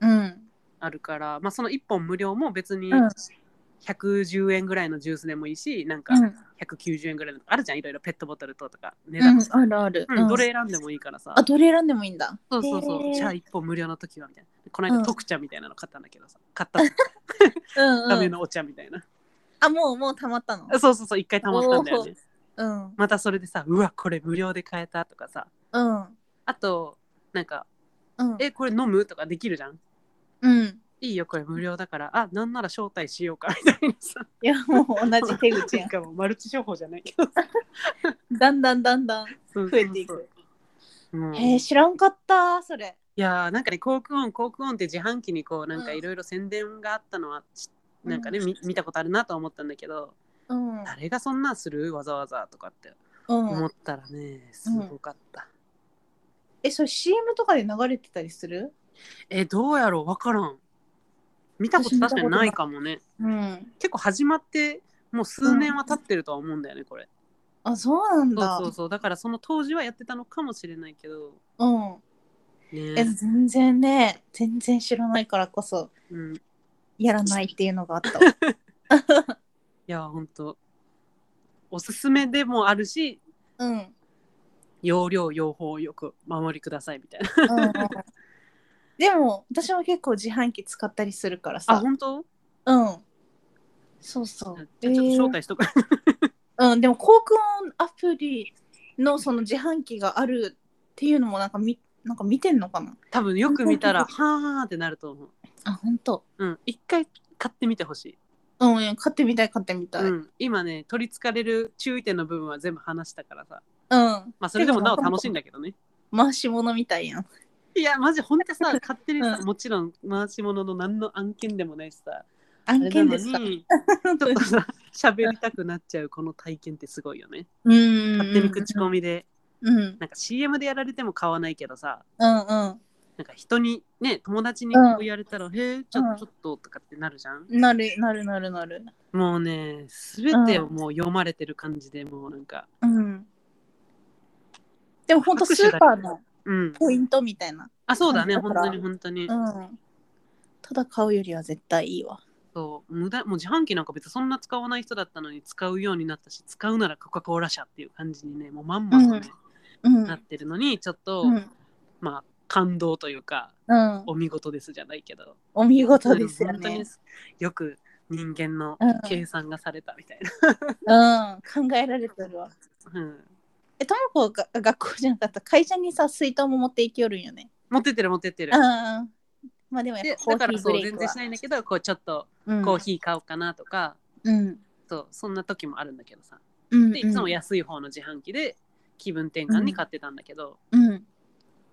Speaker 1: うん
Speaker 2: あるから、まあその1本無料も別に
Speaker 1: うん
Speaker 2: 110円ぐらいのジュースでもいいし、なんか
Speaker 1: うん
Speaker 2: 190円ぐらいのあるじゃん、いろいろペットボトルととか値
Speaker 1: う
Speaker 2: 段
Speaker 1: ん
Speaker 2: とか。
Speaker 1: あるある
Speaker 2: うんどれ選んでもいいからさ
Speaker 1: あ、どれ選んでもいいんだ
Speaker 2: そうそうそう、
Speaker 1: へー
Speaker 2: じゃあ1本無料の時はみたいな。こ
Speaker 1: う
Speaker 2: の
Speaker 1: ん
Speaker 2: 間、特茶みたいなの買ったんだけどさ、買った
Speaker 1: うん
Speaker 2: ため
Speaker 1: うん
Speaker 2: のお茶みたいな。
Speaker 1: あもうもうたまったの
Speaker 2: あそうそうそう、一回たまったんだよね。
Speaker 1: うん
Speaker 2: またそれでさ、うわ、これ無料で買えたとかさ、
Speaker 1: うん
Speaker 2: あと、なんか、
Speaker 1: うん
Speaker 2: え、これ飲むとかできるじゃん。
Speaker 1: うん
Speaker 2: いいよ、これ無料だから、あ、なんなら招待しようかみたいなさ。
Speaker 1: いやもう同じ手口
Speaker 2: な
Speaker 1: や
Speaker 2: んかもうマルチ商法じゃないけど。
Speaker 1: ん だんだんだんだん
Speaker 2: 増
Speaker 1: 増えていく。
Speaker 2: うん、
Speaker 1: へえ
Speaker 2: い
Speaker 1: 知らんかったそれ
Speaker 2: やーなんかね、コークオン、コークオンって自販機にこう、なんかいろいろ宣伝があったのは、ちなんかね、み見たことあるなと思ったんだけど、
Speaker 1: うんうん
Speaker 2: 誰がそんなんするわざわざとかって思ったらね、すごかった。
Speaker 1: え、それ CM とかで流れてたりする
Speaker 2: えどうやろう分からん見たこと
Speaker 1: 私見た
Speaker 2: 確
Speaker 1: こと
Speaker 2: か
Speaker 1: ない
Speaker 2: にないかもね
Speaker 1: うん。
Speaker 2: 結構始まってもう数年は経ってるとは思うんだよねこれ、
Speaker 1: あ、そうなんだ。
Speaker 2: そうそうそうだからその当時はやってたのかもしれないけど
Speaker 1: うん。え、
Speaker 2: ね、
Speaker 1: 全然ね、全然知らないからこそ、
Speaker 2: うん、い
Speaker 1: やらないっていうのがあったわ。
Speaker 2: やほんとおすすめでもあるし
Speaker 1: うん。うん
Speaker 2: 要領用法をよく守りくださいみたいな
Speaker 1: でも、私は結構自販機使ったりするから
Speaker 2: あ
Speaker 1: さ。
Speaker 2: 本当
Speaker 1: うん。そうそう。
Speaker 2: じゃあちょっと招待しとく、
Speaker 1: うん、でも航空音アプリのその自販機があるっていうのもなんかみなんか見てんのかな
Speaker 2: 多分よく見たらはーってなると思う
Speaker 1: あ本当。
Speaker 2: うん一回買ってみてほしい、
Speaker 1: うんうん買ってみたい買ってみたい、う
Speaker 2: うんん、今ね取りつかれる注意点の部分は全部話したからさま
Speaker 1: ま
Speaker 2: あそれでもなお楽しいんだけどね
Speaker 1: 回し物みたいやん
Speaker 2: いやマジほんとさ勝手にさ、
Speaker 1: うん
Speaker 2: もちろん回し物の何の案件でもないしさ
Speaker 1: 案件です
Speaker 2: あ
Speaker 1: か
Speaker 2: れなのにちょっとさ喋りたくなっちゃうこの体験ってすごいよね
Speaker 1: うん
Speaker 2: 勝手に口コミで
Speaker 1: うんうん
Speaker 2: なんか CM でやられても買わないけどさ
Speaker 1: うん
Speaker 2: なんか人にね友達にこう言われたら、へえちょ
Speaker 1: うん
Speaker 2: ちょっととかってなるじゃん、
Speaker 1: なるなるなるなる
Speaker 2: もうね全てをもう読まれてる感じでもうなんか
Speaker 1: うんでも本当
Speaker 2: 拍
Speaker 1: ス
Speaker 2: 手だ
Speaker 1: ー
Speaker 2: け
Speaker 1: パーの
Speaker 2: うん
Speaker 1: ポイントみたいな
Speaker 2: あそうだね
Speaker 1: だか
Speaker 2: 本
Speaker 1: ら
Speaker 2: 当に本当に、
Speaker 1: うんただ買うよりは絶対いいわ
Speaker 2: そう無駄もう自販機なんか別にそんな使わない人だったのに使うようになったし使うならコカ・コーラ社っていう感じにねもうまんまとね、
Speaker 1: うんう
Speaker 2: なっ
Speaker 1: ん
Speaker 2: てるのにちょっ
Speaker 1: う
Speaker 2: と、まあ感動というか
Speaker 1: ん
Speaker 2: お見事ですじゃないけど
Speaker 1: お見事ですよ
Speaker 2: うん本当
Speaker 1: ね
Speaker 2: によく人間の
Speaker 1: うん
Speaker 2: 計算がされたみたいな、
Speaker 1: うん、考えられてるわ。
Speaker 2: うん、
Speaker 1: え、ともこが学校じゃなかった会社にさ、水筒も持っていきよるんよね。
Speaker 2: 持ってってる持ってってる
Speaker 1: うんうん。まあでもや
Speaker 2: で
Speaker 1: っぱコ
Speaker 2: だか
Speaker 1: ーヒ
Speaker 2: ら
Speaker 1: ーブ
Speaker 2: そう
Speaker 1: レイ
Speaker 2: 全
Speaker 1: ク
Speaker 2: 然
Speaker 1: は
Speaker 2: し。ないんだけどこうちょっと
Speaker 1: うん
Speaker 2: コーヒー買おうかなとか、
Speaker 1: うん。
Speaker 2: そうそんな時もあるんだけどさ
Speaker 1: うん。
Speaker 2: でいつも安い方の自販機で気分転換に買ってたんだけど、
Speaker 1: うん。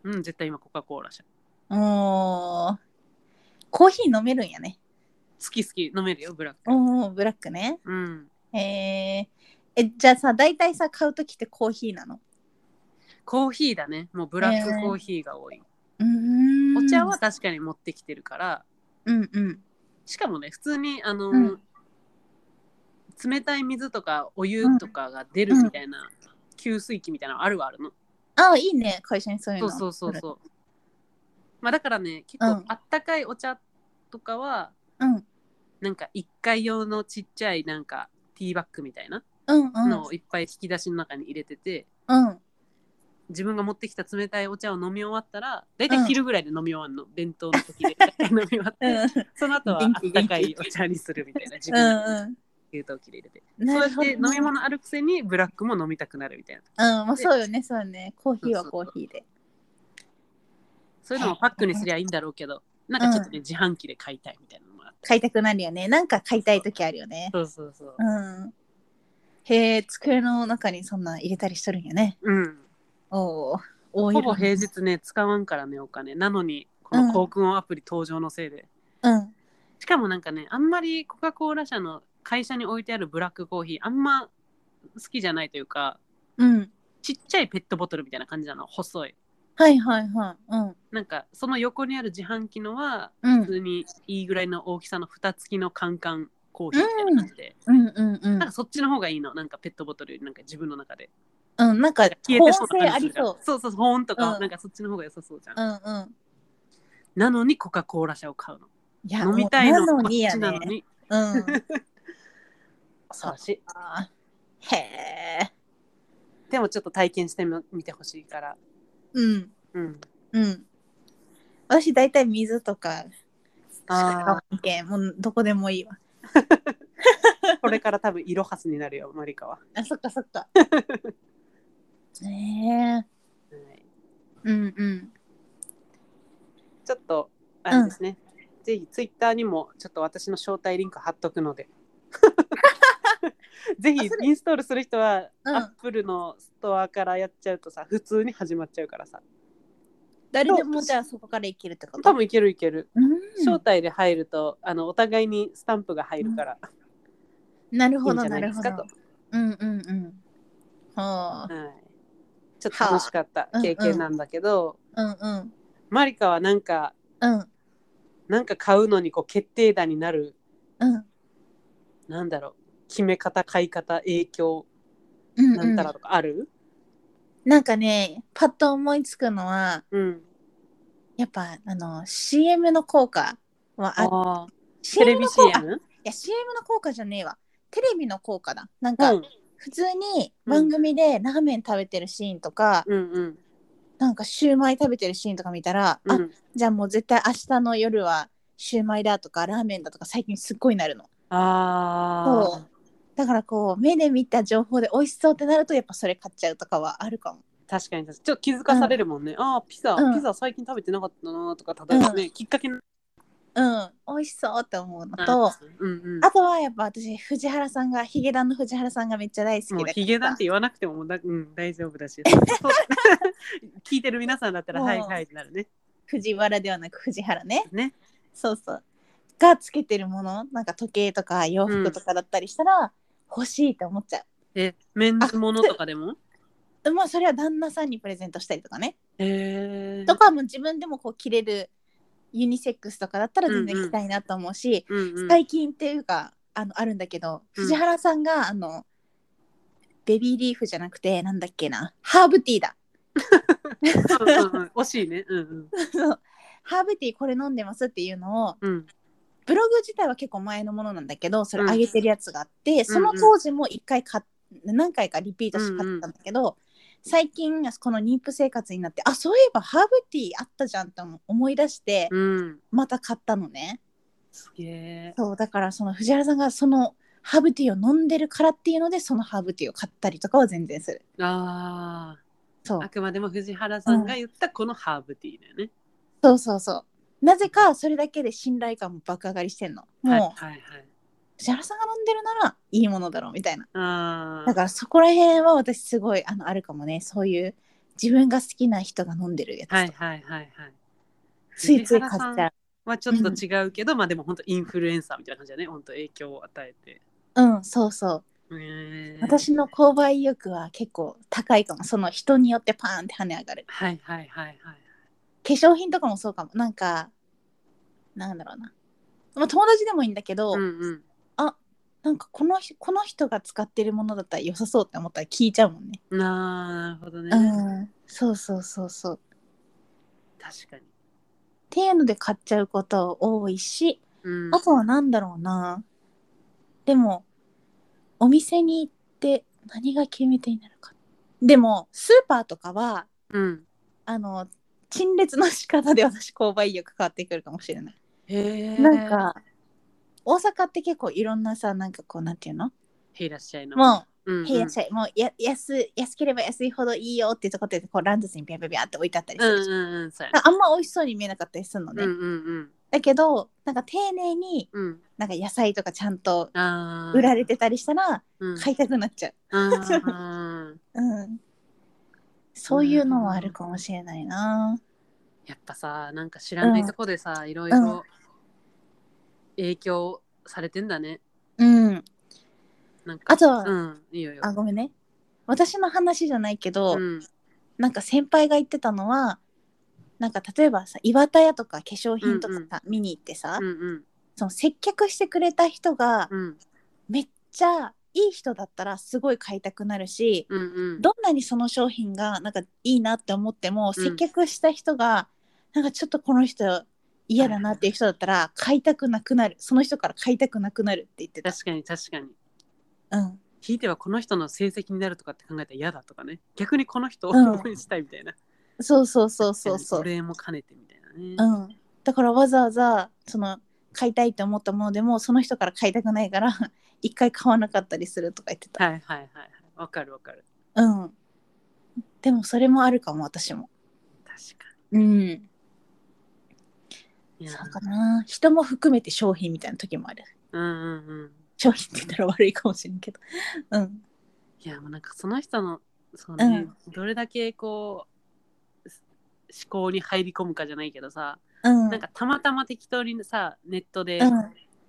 Speaker 2: うん絶対今コカ・コーラ社
Speaker 1: おーコーヒー飲めるんやね。
Speaker 2: 好き好き飲めるよブラック
Speaker 1: おお、ブラックね。
Speaker 2: うん
Speaker 1: えー、え、じゃあさ、大体さ、買うときってコーヒーなの
Speaker 2: コーヒーだねもうブラックコーヒーが多い、
Speaker 1: うーん。
Speaker 2: お茶は確かに持ってきてるから
Speaker 1: うんうん。
Speaker 2: しかもね普通にあの、
Speaker 1: うん
Speaker 2: 冷たい水とかお湯とかが出るみたいな、給水器みたいなのあるはあるの、
Speaker 1: ああ、いいね。会社にそういう
Speaker 2: そう
Speaker 1: の。
Speaker 2: そうそうそうまあだからね結構
Speaker 1: うん
Speaker 2: あったかいお茶とかは、
Speaker 1: うん。
Speaker 2: なんか一回用のちっちゃいなんかティーバッグみたいな
Speaker 1: うんうん。
Speaker 2: のをいっぱい引き出しの中に入れてて、
Speaker 1: うん。
Speaker 2: 自分が持ってきた冷たいお茶を飲み終わったら大体昼ぐらいで飲み終わるの、弁当の時 で飲み終わって、
Speaker 1: うん。
Speaker 2: その後はあ
Speaker 1: 元気
Speaker 2: ったかいお茶にするみたいな自
Speaker 1: う
Speaker 2: 分
Speaker 1: ん
Speaker 2: の
Speaker 1: うん。
Speaker 2: 給湯器で入れて、
Speaker 1: な
Speaker 2: そう
Speaker 1: る
Speaker 2: や
Speaker 1: ほど
Speaker 2: って飲み物あるくせにブラックも飲みたくなるみたいな
Speaker 1: うん、まあ
Speaker 2: で
Speaker 1: そうよね、そうよね。コーヒーは
Speaker 2: そう
Speaker 1: コ
Speaker 2: そう
Speaker 1: ー
Speaker 2: そう
Speaker 1: ヒーで。
Speaker 2: そういうのもパックにすりゃいいんだろうけどなんかちょっとね、自販機で買いたいみたいなのもあって
Speaker 1: 買いたくなるよね。なんか買いたい時あるよね。
Speaker 2: そうそうそう
Speaker 1: うん。へえ、机の中にそんなん入れたりしとるんよね。
Speaker 2: うん
Speaker 1: おお、多い
Speaker 2: ほ
Speaker 1: わ
Speaker 2: ぼ平日ね使わんからねお金なのにこ
Speaker 1: うん
Speaker 2: の航空音アプリ登場のせいで、
Speaker 1: うん。
Speaker 2: しかもなんかねあんまりコカ・コーラ社の会社に置いてあるブラックコーヒーあんま好きじゃないというか
Speaker 1: うん。
Speaker 2: ちっちゃいペットボトルみたいな感じなの細い
Speaker 1: はいはいはい。うん。
Speaker 2: なんかその横にある自販機のは
Speaker 1: うん
Speaker 2: 普。通にいいぐらいの大きさの蓋付きのカンカンコーヒーみたいな感じで、
Speaker 1: うんうんうん
Speaker 2: なんかそっちの方がいいのなんかペットボトルよりなんか自分の中で
Speaker 1: うん。なんか、
Speaker 2: 消
Speaker 1: 保温
Speaker 2: えてそう
Speaker 1: 性
Speaker 2: な
Speaker 1: あ
Speaker 2: 感じ
Speaker 1: り
Speaker 2: する
Speaker 1: そう
Speaker 2: じゃ。
Speaker 1: ん
Speaker 2: そうそうそう保温とか、
Speaker 1: うん
Speaker 2: なんかそっちの方が良さそうじゃん、
Speaker 1: うんうん。
Speaker 2: なのにコカ・コーラ社を買うの
Speaker 1: いや、
Speaker 2: 飲みたいの
Speaker 1: もうなの
Speaker 2: こっ
Speaker 1: に
Speaker 2: ち
Speaker 1: や
Speaker 2: な
Speaker 1: ね
Speaker 2: の。に
Speaker 1: うん。
Speaker 2: そうし
Speaker 1: あーへえ。
Speaker 2: でもちょっと体験してみてほしいから
Speaker 1: うん。
Speaker 2: うん
Speaker 1: うん。私、大体水とか、
Speaker 2: あ
Speaker 1: ああ、もうどこでもいいわ。
Speaker 2: ーこれから多分イロハスになるよマリカは、
Speaker 1: あ、そっかそっか。 ねえ。
Speaker 2: はい
Speaker 1: うんうん。
Speaker 2: ちょっとあれですね、ぜひツイッターにもちょっと私の招待リンク貼っとく のでぜひインストールする人は、
Speaker 1: うん
Speaker 2: アップルのストアからやっちゃうとさ普通に始まっちゃうからさ
Speaker 1: 誰でもじゃあそこから生きるってこと
Speaker 2: 多分いけるいける、
Speaker 1: うん
Speaker 2: 招待で入るとあのお互いにスタンプが入るから、
Speaker 1: なる
Speaker 2: いい
Speaker 1: ほ
Speaker 2: んじ
Speaker 1: ど
Speaker 2: ゃな
Speaker 1: ないる
Speaker 2: です
Speaker 1: ほ
Speaker 2: か
Speaker 1: ど。うんうんうん。はあ。
Speaker 2: と、はい、ちょっと楽しかった
Speaker 1: はあ
Speaker 2: 経験なんだけど、
Speaker 1: うんうん
Speaker 2: マリカはなんか
Speaker 1: うん
Speaker 2: なんか買うのにこう決定打になる
Speaker 1: うん
Speaker 2: なんだろう決め方買い方影響
Speaker 1: うん
Speaker 2: なんたらとかある
Speaker 1: なんかねパッと思いつくのは
Speaker 2: うん、
Speaker 1: やっぱあの CM の効果はある
Speaker 2: あーテ
Speaker 1: CM
Speaker 2: レビ
Speaker 1: の効果あい
Speaker 2: CM?
Speaker 1: や CM の効果じゃねえわテレビの効果だなん
Speaker 2: う
Speaker 1: か、
Speaker 2: ん
Speaker 1: 普通に番組でラーメン食べてるシーンとか、
Speaker 2: うんうん
Speaker 1: なんかシューマイ食べてるシーンとか見たら、
Speaker 2: う
Speaker 1: あ
Speaker 2: ん
Speaker 1: じゃあもう絶対明日の夜はシューマイだとかラーメンだとか最近すっごいなるの
Speaker 2: あ
Speaker 1: そ
Speaker 2: あ
Speaker 1: うだからこう目で見た情報で美味しそうってなるとやっぱそれ買っちゃうとかはあるかも
Speaker 2: 確かに確かにちょっと気づかされるもんね、ああピザ、
Speaker 1: うん
Speaker 2: ピザ最近食べてなかったなとか例えばね、きっかけの
Speaker 1: うん美味しそうって思うのと、
Speaker 2: うんうん、
Speaker 1: あとはやっぱ私藤原さんがヒゲダンの藤原さんがめっちゃ大好きだ
Speaker 2: もう
Speaker 1: から
Speaker 2: ヒゲダンって言わなくてももうだ、うん、大丈夫だしそう 聞いてる皆さんだったら
Speaker 1: もう
Speaker 2: はいはいってなるね
Speaker 1: 藤原ではなく藤原ね
Speaker 2: ね
Speaker 1: そうそうがつけてるものなんか時計とか洋服とかだったりしたら、欲しいって思っちゃ
Speaker 2: えメンズものとかでも
Speaker 1: うまあそれは旦那さんにプレゼントしたりとかね、
Speaker 2: へえ
Speaker 1: とかはもう自分でもこう着れるユニセックスとかだったら全然着たいなと思うし、
Speaker 2: うんうん、
Speaker 1: 最近っていうかあのあるんだけど
Speaker 2: うん
Speaker 1: 藤原さんがあのベビーリーフじゃなくてなんだっけなハーブティーだ
Speaker 2: うんうんうん惜しいねうんうん
Speaker 1: そうハーブティーこれ飲んでますっていうのを
Speaker 2: うん
Speaker 1: ブログ自体は結構前のものなんだけどそれ上げてるやつがあって、その当時も一回買っ何回かリピートして買ったんだけど、最近この妊婦生活になってあそういえばハーブティーあったじゃんって思い出して
Speaker 2: うん
Speaker 1: また買ったのね、
Speaker 2: すげえ
Speaker 1: そうだからその藤原さんがそのハーブティーを飲んでるからっていうのでそのハーブティーを買ったりとかは全然する
Speaker 2: あ
Speaker 1: そう
Speaker 2: ーあくまでも藤原さんが言ったこのハーブティーだよね、
Speaker 1: そうそうそうなぜかそれだけで信頼感も爆上がりしてんのもう、
Speaker 2: はいはいはい
Speaker 1: 藤原さんが飲んでるならいいものだろうみたいな
Speaker 2: あ
Speaker 1: だからそこら辺は私すごいあのあるかもねそういう自分が好きな人が飲んでるやつと
Speaker 2: あ
Speaker 1: か、
Speaker 2: はいはいはいはい
Speaker 1: ついつい買っち
Speaker 2: 藤原さん
Speaker 1: ゃ
Speaker 2: はちょっと違うけど、まあでも本当インフルエンサーみたいな感じだね本当影響を与えて、
Speaker 1: ううんそうそう
Speaker 2: へー
Speaker 1: 私の購買意欲は結構高いかもその人によってパーンって跳ね上がる
Speaker 2: はいはいはいはい
Speaker 1: 化粧品とかもそうかもなんかなんだろうな、まあ、友達でもいいんだけど、
Speaker 2: うんうん
Speaker 1: なんかこのひこの人が使ってるものだったら良さそうって思ったら聞いちゃうもんね、
Speaker 2: なるほどね、
Speaker 1: うんそうそうそうそう
Speaker 2: 確かに、
Speaker 1: っていうので買っちゃうこと多いし
Speaker 2: うん、
Speaker 1: あとは何だろうな。でも、お店に行って何が決め手になるか。でも、スーパーとかは、
Speaker 2: うん
Speaker 1: あの、陳列の仕方で私、購買意欲変わってくるかもしれない。
Speaker 2: へえ
Speaker 1: なんか、大阪って結構いろんなさ、なんかこう、なんていうの
Speaker 2: へいらっしゃいの
Speaker 1: も
Speaker 2: う、うんう
Speaker 1: う、
Speaker 2: ん、
Speaker 1: へいらっしゃい、もうや安、安ければ安いほどいいよっていうところで、こう、ランドスにビャビャビャって置いてあったりす
Speaker 2: う
Speaker 1: る
Speaker 2: ん
Speaker 1: じゃん。
Speaker 2: うんうんそうやね
Speaker 1: あんま美味しそうに見えなかったりするのね。
Speaker 2: うんうん
Speaker 1: だけど、なんか丁寧に、
Speaker 2: うん
Speaker 1: なんか野菜とかちゃんと
Speaker 2: うんあー
Speaker 1: 売られてたりしたら、
Speaker 2: うん
Speaker 1: 買いたくなっちゃう。
Speaker 2: あー
Speaker 1: うん。そういうのはあるかもしれないな。
Speaker 2: やっぱさなんか知らないとこでさ、いろいろ影響されてんだね
Speaker 1: うん。
Speaker 2: なんか
Speaker 1: あとは
Speaker 2: うんいいよいいよ
Speaker 1: あ、ごめんね。私の話じゃないけど、
Speaker 2: うん
Speaker 1: なんか先輩が言ってたのは、なんか例えばさ、岩田屋とか化粧品とかさ、見に行ってさ、
Speaker 2: うんうん
Speaker 1: その接客してくれた人が
Speaker 2: うん
Speaker 1: めっちゃいい人だったらすごい買いたくなるし、
Speaker 2: うんうん
Speaker 1: どんなにその商品がなんかいいなって思っても、接客した人がなんかちょっとこの人嫌だなっていう人だったら買いたくなくなるその人から買いたくなくなるって言ってた、
Speaker 2: 確かに確かに
Speaker 1: うん、
Speaker 2: ひいてはこの人の成績になるとかって考えたら嫌だとかね逆にこの人を
Speaker 1: うん
Speaker 2: 応援したいみたいな、
Speaker 1: そうそうそうそうそ
Speaker 2: お
Speaker 1: う、
Speaker 2: 礼も兼ねてみたいなね、
Speaker 1: うん、だからわざわざその買いたいって思ったものでもその人から買いたくないから 一回買わなかったりするとか言ってた、
Speaker 2: はいはいはいはいわかるわかる
Speaker 1: うん、でもそれもあるかも私も
Speaker 2: 確か
Speaker 1: うん
Speaker 2: にいや
Speaker 1: そうかな人も含めて商品みたいな時もある
Speaker 2: うんうんうん
Speaker 1: 商品って言ったら悪いかもしれんけどうん
Speaker 2: いやもうなんかその人のそうね、どれだけこうす思考に入り込むかじゃないけどさ、
Speaker 1: うん
Speaker 2: なんかたまたま適当にさネットで
Speaker 1: うん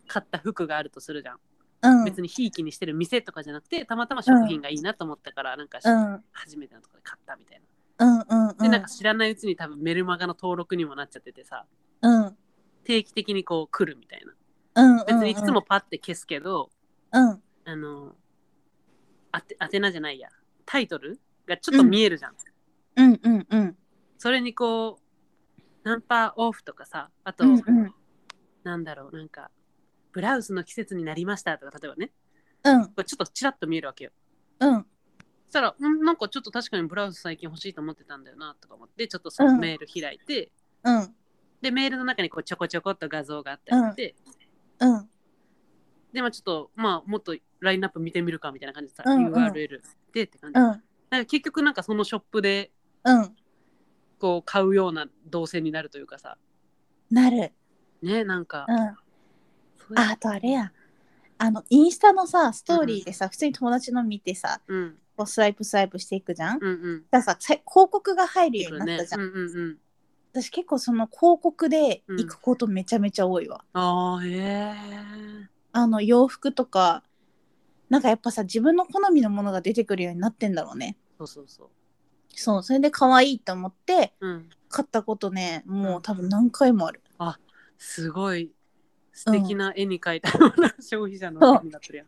Speaker 2: 買った服があるとするじゃん、
Speaker 1: うん
Speaker 2: 別にひいきにしてる店とかじゃなくてたまたま食品がいいなと思ったから、なんか
Speaker 1: うん
Speaker 2: 初めてのところで買ったみたいな
Speaker 1: うんうんうん
Speaker 2: でなんか知らないうちに多分メルマガの登録にもなっちゃっててさ
Speaker 1: うんうん
Speaker 2: 定期的にこう来るみたいな
Speaker 1: うんうん
Speaker 2: 別にいつもパッて消すけど、
Speaker 1: うん
Speaker 2: あのあて宛名じゃないやタイトルがちょっと見えるじゃん、
Speaker 1: うんうんうん
Speaker 2: それにこうナンパオフとかさあと、
Speaker 1: うんうん
Speaker 2: なんだろうなんかブラウスの季節になりましたとか例えばね
Speaker 1: うん
Speaker 2: これちょっとちらっと見えるわけよ
Speaker 1: うん
Speaker 2: そしたらんなんかちょっと確かにブラウス最近欲しいと思ってたんだよなとか思ってちょっとそのメール開いて、
Speaker 1: うん
Speaker 2: でメールの中にこうちょこちょこっと画像があったりして、
Speaker 1: うん
Speaker 2: でまあちょっとまあもっとラインナップ見てみるかみたいな感じでさ、
Speaker 1: うんうん
Speaker 2: URL でって感じ、
Speaker 1: うん
Speaker 2: なんか結局なんかそのショップで
Speaker 1: うん
Speaker 2: こう買うような動線になるというかさ
Speaker 1: なる
Speaker 2: ねなんか、
Speaker 1: うん
Speaker 2: そういう
Speaker 1: ああとあれやあのインスタのさストーリーでさ、普通に友達の見てさ
Speaker 2: うん
Speaker 1: こうスワイプスワイプしていくじゃん、だか
Speaker 2: うんうん
Speaker 1: らささ広告が入る
Speaker 2: いい
Speaker 1: よう
Speaker 2: よ
Speaker 1: になっ
Speaker 2: ね
Speaker 1: たじゃん、
Speaker 2: うんうんうん
Speaker 1: 私結構その広告で行くことめちゃめちゃ多いわ、
Speaker 2: ああへえ
Speaker 1: あの洋服とかなんかやっぱさ自分の好みのものが出てくるようになってんだろうね
Speaker 2: そうそうそ
Speaker 1: そうそれで可愛いと思って
Speaker 2: ううん
Speaker 1: 買ったことねも
Speaker 2: う
Speaker 1: うん多分何回もある、
Speaker 2: すごい素敵な絵に描いたような消費者の絵になってるやん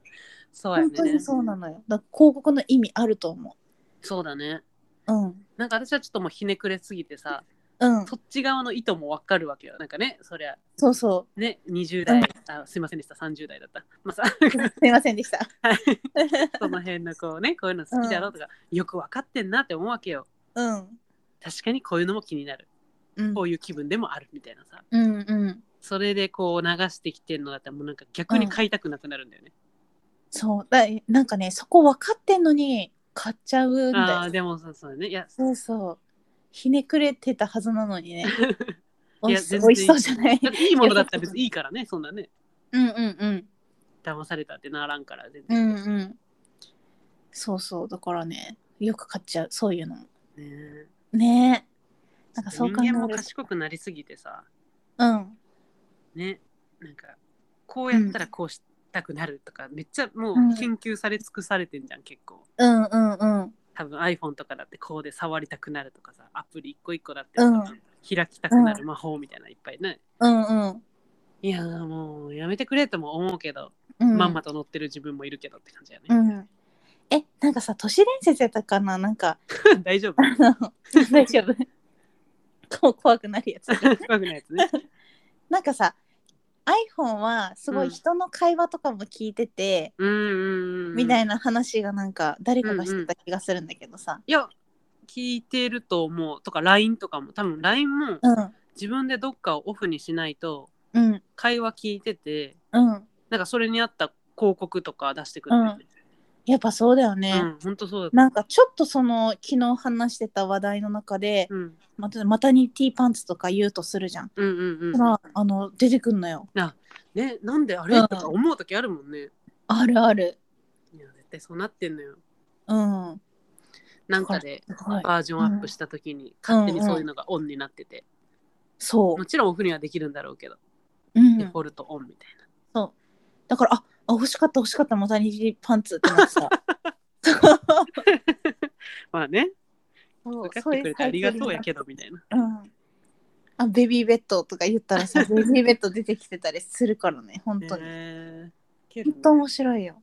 Speaker 2: そうや
Speaker 1: 本当
Speaker 2: ね
Speaker 1: にそうなのよだから広告の意味あると思
Speaker 2: そうだね
Speaker 1: ううん
Speaker 2: なんか私はちょっともうひねくれすぎてさ
Speaker 1: うん
Speaker 2: そっち側の意図もわかるわけよなんかねそりゃ
Speaker 1: そうそ
Speaker 2: ね20代、
Speaker 1: うん
Speaker 2: あすいませんでした30代だったまあさ
Speaker 1: うすいませんでした
Speaker 2: はいその辺のこうねこういうの好きだろうとか、よくわかってんなって思うわけよ
Speaker 1: うん
Speaker 2: 確かにこういうのも気になる
Speaker 1: うん
Speaker 2: こういう気分でもあるみたいなさ
Speaker 1: うんうん
Speaker 2: それでこう流してきてるのだったらもうなんか逆に買いたくなくなるんだよね、
Speaker 1: そうだなんかねそこ分かってんのに買っちゃうん
Speaker 2: あ
Speaker 1: だ
Speaker 2: あ
Speaker 1: よ
Speaker 2: でもそうそうだねいや
Speaker 1: そうそうひねくれてたはずなのに ね
Speaker 2: い
Speaker 1: 美
Speaker 2: や
Speaker 1: 味し美
Speaker 2: 全然
Speaker 1: 味しそうじゃない
Speaker 2: だっていいものだったら別にいいからねそんなね
Speaker 1: うんうんうん
Speaker 2: 騙されたってならんから全
Speaker 1: う
Speaker 2: 然、
Speaker 1: んうんそうそうだからねよく買っちゃうそういうのも
Speaker 2: ね
Speaker 1: ねえなんかそう考え
Speaker 2: 人間も
Speaker 1: ると
Speaker 2: 賢くなりすぎてさ
Speaker 1: うん
Speaker 2: ねなんかこうやったらこうしたくなるとか、めっちゃもう
Speaker 1: うん
Speaker 2: 研究され尽くされてんじゃん結構
Speaker 1: うんうんうん
Speaker 2: 多分 iPhone とかだってこうで触りたくなるとかさアプリ一個一個だって、
Speaker 1: うん
Speaker 2: 開きたくなる魔法みたいなのいっぱいね、
Speaker 1: うんうん
Speaker 2: いやーもうやめてくれとも思うけど、
Speaker 1: うん
Speaker 2: まんまと乗ってる自分もいるけどって感じやね、
Speaker 1: うんえなんかさ都市伝説やったかななんか
Speaker 2: 大丈夫
Speaker 1: あの 大丈夫こう怖くなるやつ
Speaker 2: 怖くないやつね
Speaker 1: なんかさ iPhone はすごい人の会話とかも聞いてて、
Speaker 2: うんうんうん
Speaker 1: みたい
Speaker 2: な
Speaker 1: な話がなんか誰かがしてた気がするんだけどさ、
Speaker 2: いや聞いてると思うとか LINE とかも多分 LINE も
Speaker 1: うん、
Speaker 2: 自分でどっかをオフにしないと
Speaker 1: うん
Speaker 2: 会話聞いてて
Speaker 1: うん
Speaker 2: なんかそれに合った広告とか出してくるんだよね
Speaker 1: やっぱそうだよね、
Speaker 2: うん、ほんとそうだ
Speaker 1: なんかちょっとその昨日話してた話題の中で、
Speaker 2: うん
Speaker 1: またマタニティパンツとか言うとするじゃん、
Speaker 2: うんうんうん
Speaker 1: ほらあの出てくんのよ
Speaker 2: ねなんであれ
Speaker 1: うん
Speaker 2: とか思う時あるもんね
Speaker 1: あるある
Speaker 2: いや絶対そうなってんのよ
Speaker 1: うんは
Speaker 2: なんかで
Speaker 1: い
Speaker 2: バージョンアップした時に勝手にそういうのがオンになってて
Speaker 1: そ
Speaker 2: もちろんオフにはできるんだろうけど
Speaker 1: う、うん
Speaker 2: デ、フォルトオンみたいな
Speaker 1: そうだからああ欲しかった欲しかったマタニティパンツってな ってた
Speaker 2: まあね
Speaker 1: そう
Speaker 2: 分かってくれてありがとうやけどみたいな
Speaker 1: うん、あベビーベッドとか言ったら さベビーベッド出てきてたりするからね本当に、
Speaker 2: ね
Speaker 1: 本当面白いよ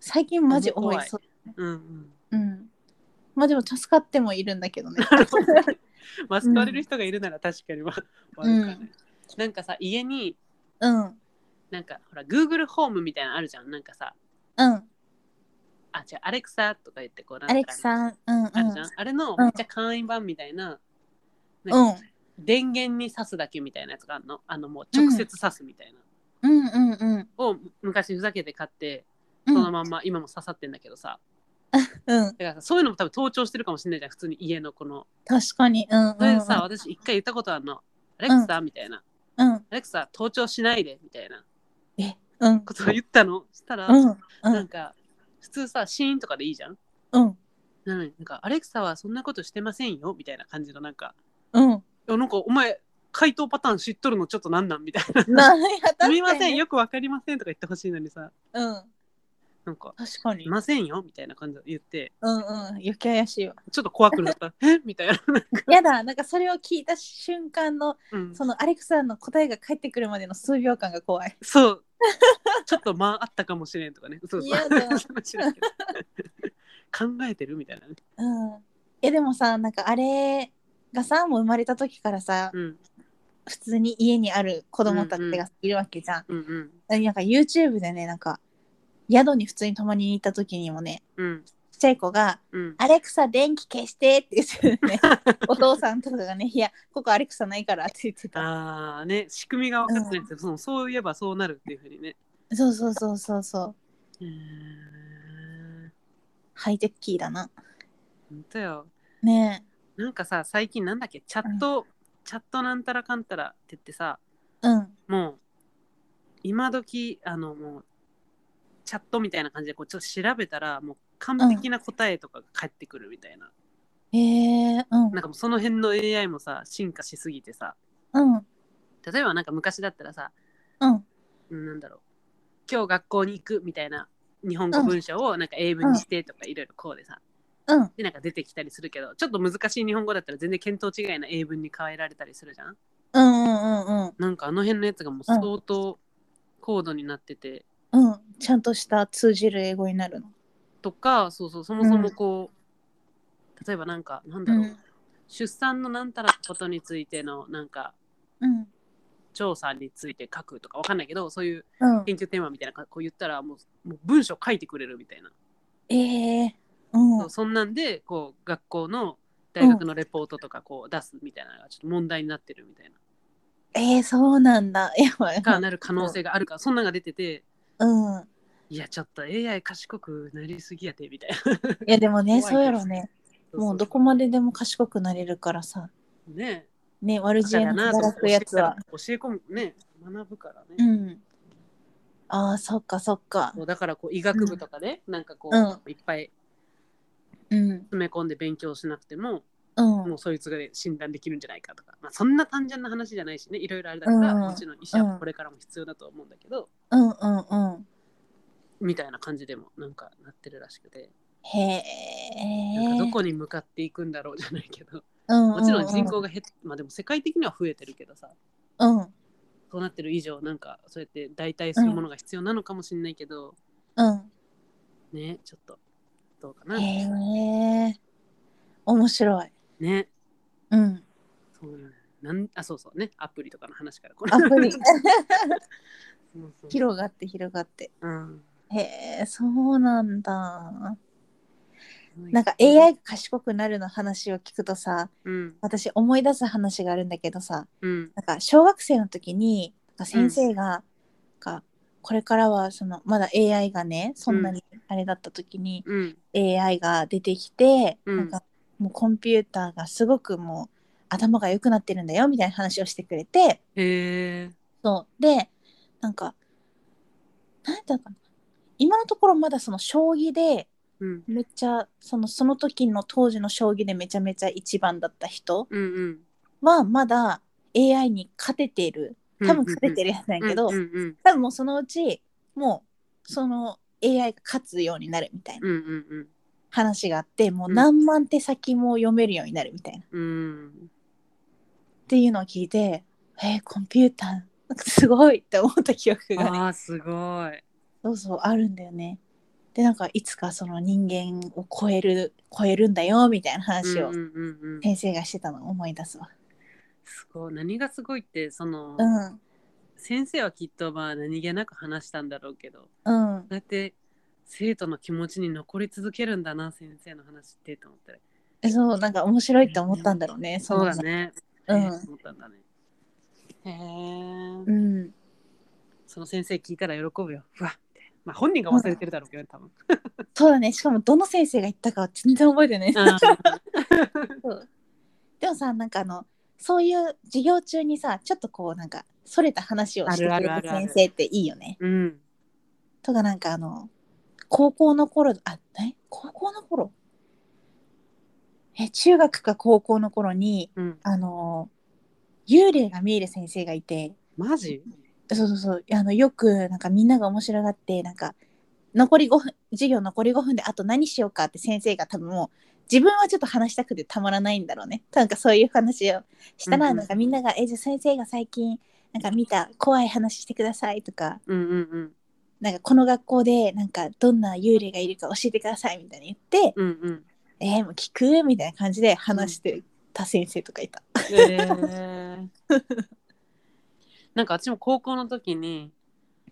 Speaker 1: 最近マジ多い
Speaker 2: 怖い
Speaker 1: そう
Speaker 2: うんうん
Speaker 1: うんまあでも助かってもいるんだけどね
Speaker 2: マスク割れる人がいるなら確かには悪
Speaker 1: うん
Speaker 2: かない、なんかさ家に
Speaker 1: うんうん
Speaker 2: なんかほら Google ホームみたいなのあるじゃんなんかさ
Speaker 1: ア
Speaker 2: あじゃあアレクサとか言ってこうなんとか
Speaker 1: レクサうんうん
Speaker 2: あるじゃん、あれの
Speaker 1: うん
Speaker 2: めっちゃ簡易版みたいな,、
Speaker 1: うん
Speaker 2: なんか電源に挿すだけみたいなやつがあるのあのもう直接挿すみたいな、
Speaker 1: うんうんうん
Speaker 2: を昔ふざけて買って
Speaker 1: う
Speaker 2: そ
Speaker 1: ん
Speaker 2: のまんま今も刺さってんだけどさ、
Speaker 1: うん
Speaker 2: だからさそういうのも多分盗聴してるかもしれないじゃん普通に家のこの
Speaker 1: 確かにうんうん
Speaker 2: それでさ、私一回言ったことあるの「アレクサ」みたいな
Speaker 1: うん
Speaker 2: 「アレクサ盗聴しないで」みたいな
Speaker 1: えうん
Speaker 2: ことを言ったのしたら、
Speaker 1: うんう
Speaker 2: なん
Speaker 1: ん
Speaker 2: か普通さシーンとかでいいじゃん
Speaker 1: うん
Speaker 2: なのになんか「アレクサはそんなことしてませんよ」みたいな感じのなんか
Speaker 1: うん
Speaker 2: 「いやなんかお前回答パターン知っとるのちょっとなんなん?」みたいな「
Speaker 1: なんや確かに
Speaker 2: すみませんよくわかりません」とか言ってほしいのにさ
Speaker 1: うん
Speaker 2: なんか
Speaker 1: 確か
Speaker 2: 「
Speaker 1: に
Speaker 2: い。ませんよ」みたいな感じで言って
Speaker 1: うんうん。余計怪 しいわ。
Speaker 2: ちょっと怖くなった「え みたいな、
Speaker 1: やだ、なんかそれを聞いた瞬間の、
Speaker 2: うん
Speaker 1: そのアレクサの答えが返ってくるまでの数秒間が怖い。
Speaker 2: そう。 ちょっと間あったかもしれんとかね。そう そう。
Speaker 1: 嫌だ
Speaker 2: そんな知らんけど考えてるみたいなね。
Speaker 1: うん。え、でもさ、なんかあれがさ、もう生まれた時からさ、
Speaker 2: うん
Speaker 1: 普通に家にある子供たちがいるわけじゃん。
Speaker 2: うんうん
Speaker 1: なんか YouTube でね、なんか、宿に普通に泊まりに行った時にもね、
Speaker 2: うん
Speaker 1: ちっちゃい子が、
Speaker 2: うん。
Speaker 1: アレクサ電気消してって言って たよね。お父さんとかがね、いや、ここアレクサないからって言ってた。
Speaker 2: ああね仕組みが分かってないんですよ、そうそういえばそうなるっていうふうにね。
Speaker 1: そうそうそうそうそう。
Speaker 2: うーん
Speaker 1: ハイテッキーだな。
Speaker 2: 本当よ。
Speaker 1: ね
Speaker 2: なんかさ最近なんだっけチャット、チャットなんたらかんたらって言ってさ
Speaker 1: え。うん。
Speaker 2: もう今時あのもうチャットみたいな感じでこうちょっと調べたらもう完璧な答えとかが返ってくるみたいな。
Speaker 1: へえうん。
Speaker 2: なんかもうその辺の AI もさ進化しすぎてさ
Speaker 1: うん。
Speaker 2: 例えばなんか昔だったらさ
Speaker 1: うん。
Speaker 2: うんなんだろう今日学校に行くみたいな日本語文章をなんか英文にしてとかいろいろこうでさ
Speaker 1: うん。
Speaker 2: でなんか出てきたりするけどちょっと難しい日本語だったら全然見当違いな英文に変えられたりするじゃん
Speaker 1: うんうんうんうん。
Speaker 2: なんかあの辺のやつがもう相当高度になってて
Speaker 1: うん。ちゃんとした通じる英語になるの。
Speaker 2: とかそうそうそもそもこう例えばなんかなんだろう出産のなんたらことについてのなんか
Speaker 1: うん。
Speaker 2: 調査について書くとかわかんないけどそういう
Speaker 1: うん。
Speaker 2: 研究テーマみたいなかこう言ったらもうもう文章書いてくれるみたいな、
Speaker 1: ええうん。
Speaker 2: そううそんなんでこう学校の大学のレポートとかこう出すみたいなのがちょっと問題になってるみたいな、
Speaker 1: ええそうなんだ。 やばい。
Speaker 2: がなる可能性があるからそんなんが出てて
Speaker 1: うん。
Speaker 2: いやちょっと AI 賢くなりすぎやてみたいな
Speaker 1: いやで もね、
Speaker 2: 怖いです
Speaker 1: そうやろね。もうどこまででも賢くなれるからさ。
Speaker 2: ね
Speaker 1: ね、悪知恵の
Speaker 2: と思
Speaker 1: 働
Speaker 2: って
Speaker 1: くやつは。
Speaker 2: 教え込むね学ぶからね、
Speaker 1: うん。ああ、そっかそっか
Speaker 2: そ。うだからこう医学部とかで、なんかこう、
Speaker 1: う
Speaker 2: いっぱい
Speaker 1: うん。
Speaker 2: 詰め込んで勉強しなくても、
Speaker 1: うん。
Speaker 2: もうそいつが診断できるんじゃないかとか、まあ、そんな単純な話じゃないしねいろいろあれだから、
Speaker 1: うん
Speaker 2: もちろん医者はこれからも必要だと思うんだけど、
Speaker 1: うんうんうん。
Speaker 2: みたいな感じでもなんかなってるらしくて、
Speaker 1: へえ。
Speaker 2: なんかどこに向かっていくんだろうじゃないけど、
Speaker 1: も
Speaker 2: もちろん人口が減ってまあでも世界的には増えてるけどさ
Speaker 1: うん
Speaker 2: そうなってる以上なんかそうやって代替するものが必要なのかもしれないけど、
Speaker 1: うん。
Speaker 2: ねちょっとどうかな、
Speaker 1: へえ。面白い。
Speaker 2: ね
Speaker 1: うん。
Speaker 2: そうなんなんあそうそうねアプリとかの話からこれ
Speaker 1: アプ リ
Speaker 2: そうそう
Speaker 1: 広がって広がって。
Speaker 2: うん
Speaker 1: へえ、そうなんだ。なんか AI が賢くなるの話を聞くとさ、
Speaker 2: うん
Speaker 1: 私思い出す話があるんだけどさ、
Speaker 2: うん
Speaker 1: なんか小学生の時になんか先生が、なんかこれからはそのまだ AI がねそんなにあれだった時に
Speaker 2: うん
Speaker 1: AI が出てきて、
Speaker 2: うん
Speaker 1: なんかもうコンピューターがすごくもう頭が良くなってるんだよみたいな話をしてくれて
Speaker 2: へえ
Speaker 1: そうでなんかなんていうのかな今のところまだその将棋で
Speaker 2: うん
Speaker 1: めっちゃそのその時の当時の将棋でめちゃめちゃ一番だった人
Speaker 2: うんうん
Speaker 1: はまだ AI に勝ててる多分勝てて
Speaker 2: る
Speaker 1: るやつなんやけど、
Speaker 2: うんうん
Speaker 1: 多分もうそのうちもうその AI が勝つようになるみたいな
Speaker 2: うんうんうん
Speaker 1: 話があってもううん何万手先も読めるようになるみたいな、っ
Speaker 2: うん
Speaker 1: ていうのを聞いてえー、コンピューターなんかすごいって思った記憶が、ね、
Speaker 2: ああすごい
Speaker 1: そうそうあるんだよね。でなんかいつかその人間を超える超えるんだよみたいな話を
Speaker 2: うんうんうんうん
Speaker 1: 先生がしてたのを思い出すわ。
Speaker 2: すごい何がすごいってその、
Speaker 1: うん
Speaker 2: 先生はきっとまあ何気なく話したんだろうけど
Speaker 1: うん
Speaker 2: だって生徒の気持ちに残り続けるんだな先生の話ってと思ったら
Speaker 1: そうなんか面白いって思ったんだろうね。
Speaker 2: そうだ
Speaker 1: の。
Speaker 2: ね
Speaker 1: うん
Speaker 2: へえ思ったんだねへ
Speaker 1: う
Speaker 2: え
Speaker 1: ん。
Speaker 2: その先生聞いたら喜ぶようわみたいなまあ本人が忘れてるだろうけど多分
Speaker 1: そうだねしかもどの先生が言ったかは全然覚えてないそう でもさなんかあのそういう授業中にさちょっとこうなんかそれた話をしてく
Speaker 2: あ
Speaker 1: れ
Speaker 2: るあ
Speaker 1: る
Speaker 2: るあるある
Speaker 1: 先生っていいよね
Speaker 2: うん
Speaker 1: とかなんかあの高校の頃あえ高校の頃え中学か高校の頃に
Speaker 2: うん
Speaker 1: あの幽霊が見える先生がいて
Speaker 2: マジ
Speaker 1: そうそうそうあのよくなんかみんなが面白がってなんか残り5分授業残り5分であと何しようかって先生が多分もう自分はちょっと話したくてたまらないんだろうねなんかそういう話をした
Speaker 2: うん
Speaker 1: ら
Speaker 2: うん
Speaker 1: なんかみんなが「えじゃあ先生が最近なんか見た怖い話してください」とか
Speaker 2: うんうんうん
Speaker 1: 「なんかこの学校でなんかどんな幽霊がいるか教えてください」みたいに言って
Speaker 2: うんうん
Speaker 1: 「えー、もう聞く?」みたいな感じで話してた先生とかいた。
Speaker 2: へー なんか私も高校の時に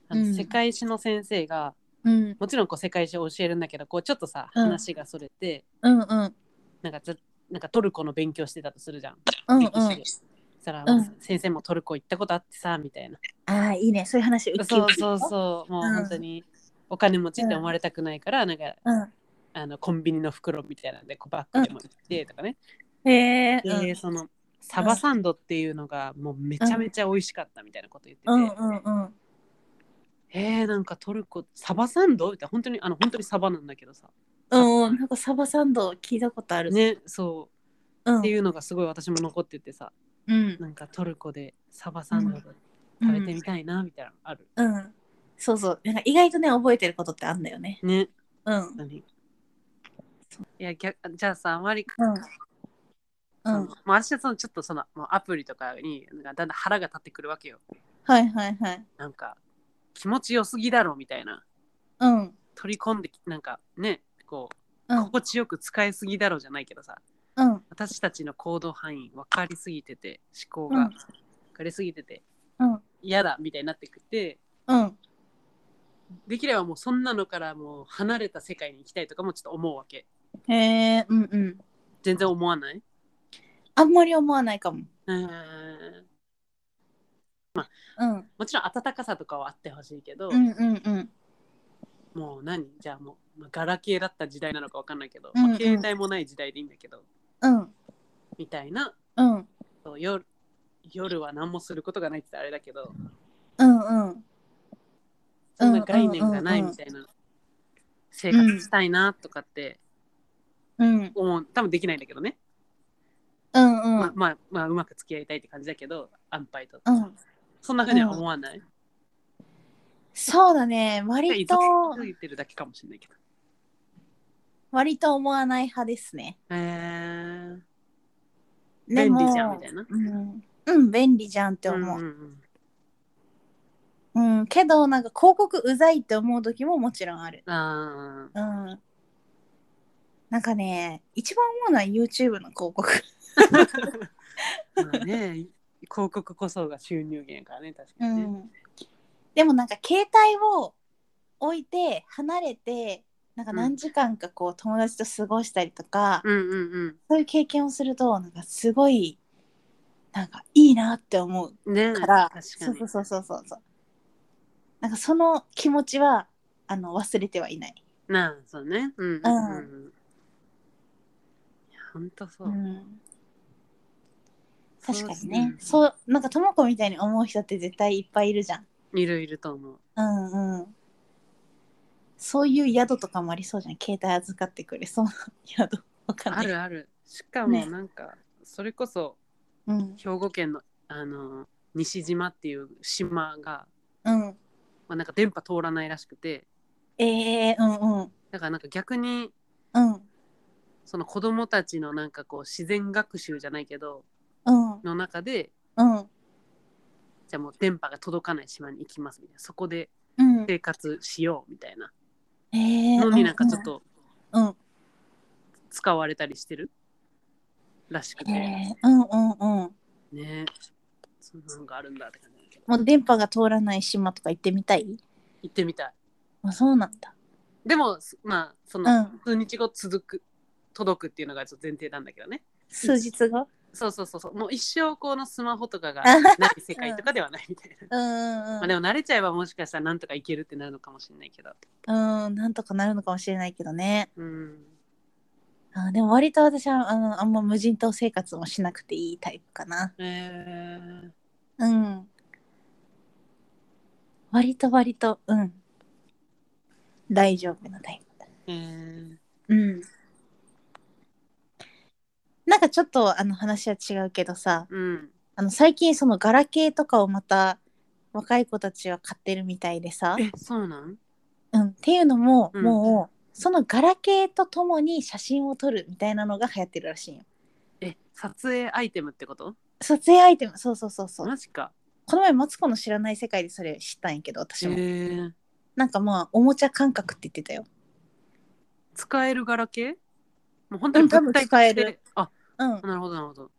Speaker 2: あの
Speaker 1: うん
Speaker 2: 世界史の先生
Speaker 1: う
Speaker 2: が、
Speaker 1: ん
Speaker 2: もちろんこう世界史を教えるんだけどこうちょっとさ
Speaker 1: うん
Speaker 2: 話がそれて、
Speaker 1: うんうん
Speaker 2: なんかずなんかトルコの勉強してたとするじゃん。
Speaker 1: うんうん
Speaker 2: 歴史でそしたら、
Speaker 1: うん
Speaker 2: 先生もトルコ行ったことあってさみたいな。
Speaker 1: ああいいねそういう話ウキ
Speaker 2: そう
Speaker 1: ウキ
Speaker 2: そうそうもううん本当にお金持ちって思われたくないから、なんか
Speaker 1: うん
Speaker 2: あのコンビニの袋みたいなんでこうバッグでも行ってとかね。
Speaker 1: へえ
Speaker 2: で、そのサバサンドっていうのがもうめちゃめちゃ美味しかったみたいなこと言ってて、
Speaker 1: うんうんうん
Speaker 2: えー、なんかトルコサバサンドって本当にあの本当にサバなんだけどさ
Speaker 1: うんうんなんかサバサンド聞いたことある
Speaker 2: ねそううって
Speaker 1: ん
Speaker 2: いうのがすごい私も残っててさ
Speaker 1: うん
Speaker 2: なんかトルコでサバサンド
Speaker 1: うん
Speaker 2: 食べてみたいなみたいなのある、
Speaker 1: うん。そうそう。なんか意外とね、覚えてることってあんだよね。
Speaker 2: ね
Speaker 1: うん。
Speaker 2: 本当にいや逆じゃあさあまり
Speaker 1: う
Speaker 2: そ
Speaker 1: ん。う
Speaker 2: の
Speaker 1: ん。
Speaker 2: まあ、私はそのちょっとそのもうアプリとかになんかだんだん腹が立ってくるわけよ。
Speaker 1: はいはいはい。
Speaker 2: なんか気持ちよすぎだろみたいな
Speaker 1: うん。
Speaker 2: 取り込んでなんかねこう、
Speaker 1: うん。
Speaker 2: 心地よく使いすぎだろじゃないけどさ
Speaker 1: うん。
Speaker 2: 私たちの行動範囲分かりすぎてて思考
Speaker 1: う
Speaker 2: が
Speaker 1: ん
Speaker 2: 分かりすぎてて
Speaker 1: うん。
Speaker 2: 嫌だみたいになってくって
Speaker 1: うん。
Speaker 2: できればもうそんなのからもう離れた世界に行きたいとかもちょっと思うわけ
Speaker 1: へえ、うんうん。
Speaker 2: 全然思わない
Speaker 1: あんまり思わないかも。
Speaker 2: うーん
Speaker 1: うん。
Speaker 2: もちろん温かさとかはあってほしいけど、
Speaker 1: うんうんうん。
Speaker 2: もう何じゃあもう、まあガラケーだった時代なのか分かんないけど、
Speaker 1: うんうん
Speaker 2: まあ携帯もない時代でいいんだけど
Speaker 1: うん。
Speaker 2: みたいな
Speaker 1: うん。
Speaker 2: そう夜夜は何もすることがないって言ったらあれだけど
Speaker 1: うんうん。
Speaker 2: そんな概念がないみたいな生活したいなとかって
Speaker 1: うん。
Speaker 2: 思う多分できないんだけどね、
Speaker 1: うんう
Speaker 2: まあ
Speaker 1: ん。
Speaker 2: まあ、まあ、うまく付き合いたいって感じだけど安牌と、
Speaker 1: うん。
Speaker 2: そんなふうには思わない、
Speaker 1: そうだね。割
Speaker 2: い
Speaker 1: と、
Speaker 2: ついてるだけかもしれないけど
Speaker 1: 割と思わない派ですね。
Speaker 2: へえ
Speaker 1: でも
Speaker 2: 便利じゃんみたいな
Speaker 1: うん。うん、便利じゃんって思う。
Speaker 2: んうん
Speaker 1: うん、けどなんか広告うざいって思う時ももちろんある。
Speaker 2: うん、あ
Speaker 1: うん。なんかね、一番思うのは YouTube の広告。
Speaker 2: ーまあね 広告こそが収入源やからね確か
Speaker 1: う
Speaker 2: にね、
Speaker 1: ん。でもなんか携帯を置いて離れて、なんか何時間かこう友達と過ごしたりとか、
Speaker 2: うんうん
Speaker 1: そういう経験をすると、なんかすごい、なんかいいなって思う
Speaker 2: うんね
Speaker 1: から、
Speaker 2: 確か
Speaker 1: そう
Speaker 2: に
Speaker 1: そうそうそうそうそう。なんかその気持ちは、あの、忘れてはいない。
Speaker 2: なあそうねうんうんうんうんいやほんとそう、
Speaker 1: うん確かにね。
Speaker 2: う
Speaker 1: そ
Speaker 2: っ
Speaker 1: う、なんかともこみたいに思う人って絶対いっぱいいるじゃん。
Speaker 2: すねいるいると思う
Speaker 1: うんうん。そういう宿とかもありそうじゃん。携帯預かってくれそうな宿。わかんな
Speaker 2: あ
Speaker 1: い。
Speaker 2: るあるしか
Speaker 1: ね
Speaker 2: もなんか、それこそ
Speaker 1: うん。
Speaker 2: 兵庫県のあの西島っていう島が、
Speaker 1: うん。
Speaker 2: まあ、なんか電波通らないらしくて
Speaker 1: ええー、うんうん。
Speaker 2: だからなんか逆に
Speaker 1: うん。
Speaker 2: その子供たちのなんかこう自然学習じゃないけど
Speaker 1: うん。
Speaker 2: の中で
Speaker 1: うん。
Speaker 2: じゃあもう電波が届かない島に行きますみたいなそこで
Speaker 1: うん。
Speaker 2: 生活しようみたいな
Speaker 1: ええー。
Speaker 2: のになんかちょっ
Speaker 1: う
Speaker 2: と
Speaker 1: うんうん。
Speaker 2: 使われたりしてるらしくて、
Speaker 1: ええー。うんうんうん。
Speaker 2: ねそんなのがあるんだって感じだけど
Speaker 1: もう電波が通らない島とか行ってみたい
Speaker 2: 行ってみたい
Speaker 1: あ、そうなんだ。
Speaker 2: でもすまあその、
Speaker 1: うん。
Speaker 2: 数日後続く届くっていうのがちょっと前提なんだけどね
Speaker 1: 数日後
Speaker 2: そうそうそうそうもう一生このスマホと かが
Speaker 1: あ
Speaker 2: ない世界とかではないみたいな、
Speaker 1: うんうん
Speaker 2: まあ
Speaker 1: うん
Speaker 2: でも慣れちゃえばもしかしたらなんとかいけるってなるのかもしれないけど
Speaker 1: うんなんとかなるのかもしれないけどね
Speaker 2: うん
Speaker 1: あでも割と私はあのあんま無人島生活もしなくていいタイプかな
Speaker 2: えー、
Speaker 1: うん。割と割と、うん。大丈夫なタイ
Speaker 2: えー、
Speaker 1: プ。うん。なんかちょっとあの話は違うけどさ、
Speaker 2: うん
Speaker 1: あの最近そのガラケーとかをまた若い子たちは買ってるみたいでさ、
Speaker 2: えそうなん
Speaker 1: うん。っていうのも、
Speaker 2: うん
Speaker 1: もうそのガラケーとともに写真を撮るみたいなのが流行ってるらしいよ。
Speaker 2: え撮影アイテムってこと
Speaker 1: 撮影アイテムそうそうそうそう
Speaker 2: マジか
Speaker 1: この前マツコの知らない世界でそれ知ったんやけど私
Speaker 2: へ
Speaker 1: も、
Speaker 2: え
Speaker 1: なんかまあおもちゃ感覚って言ってたよ
Speaker 2: 使えるガラケーもう本当に
Speaker 1: うん多分
Speaker 2: 物体
Speaker 1: 使える
Speaker 2: あ
Speaker 1: うん普
Speaker 2: なるほどなるほど、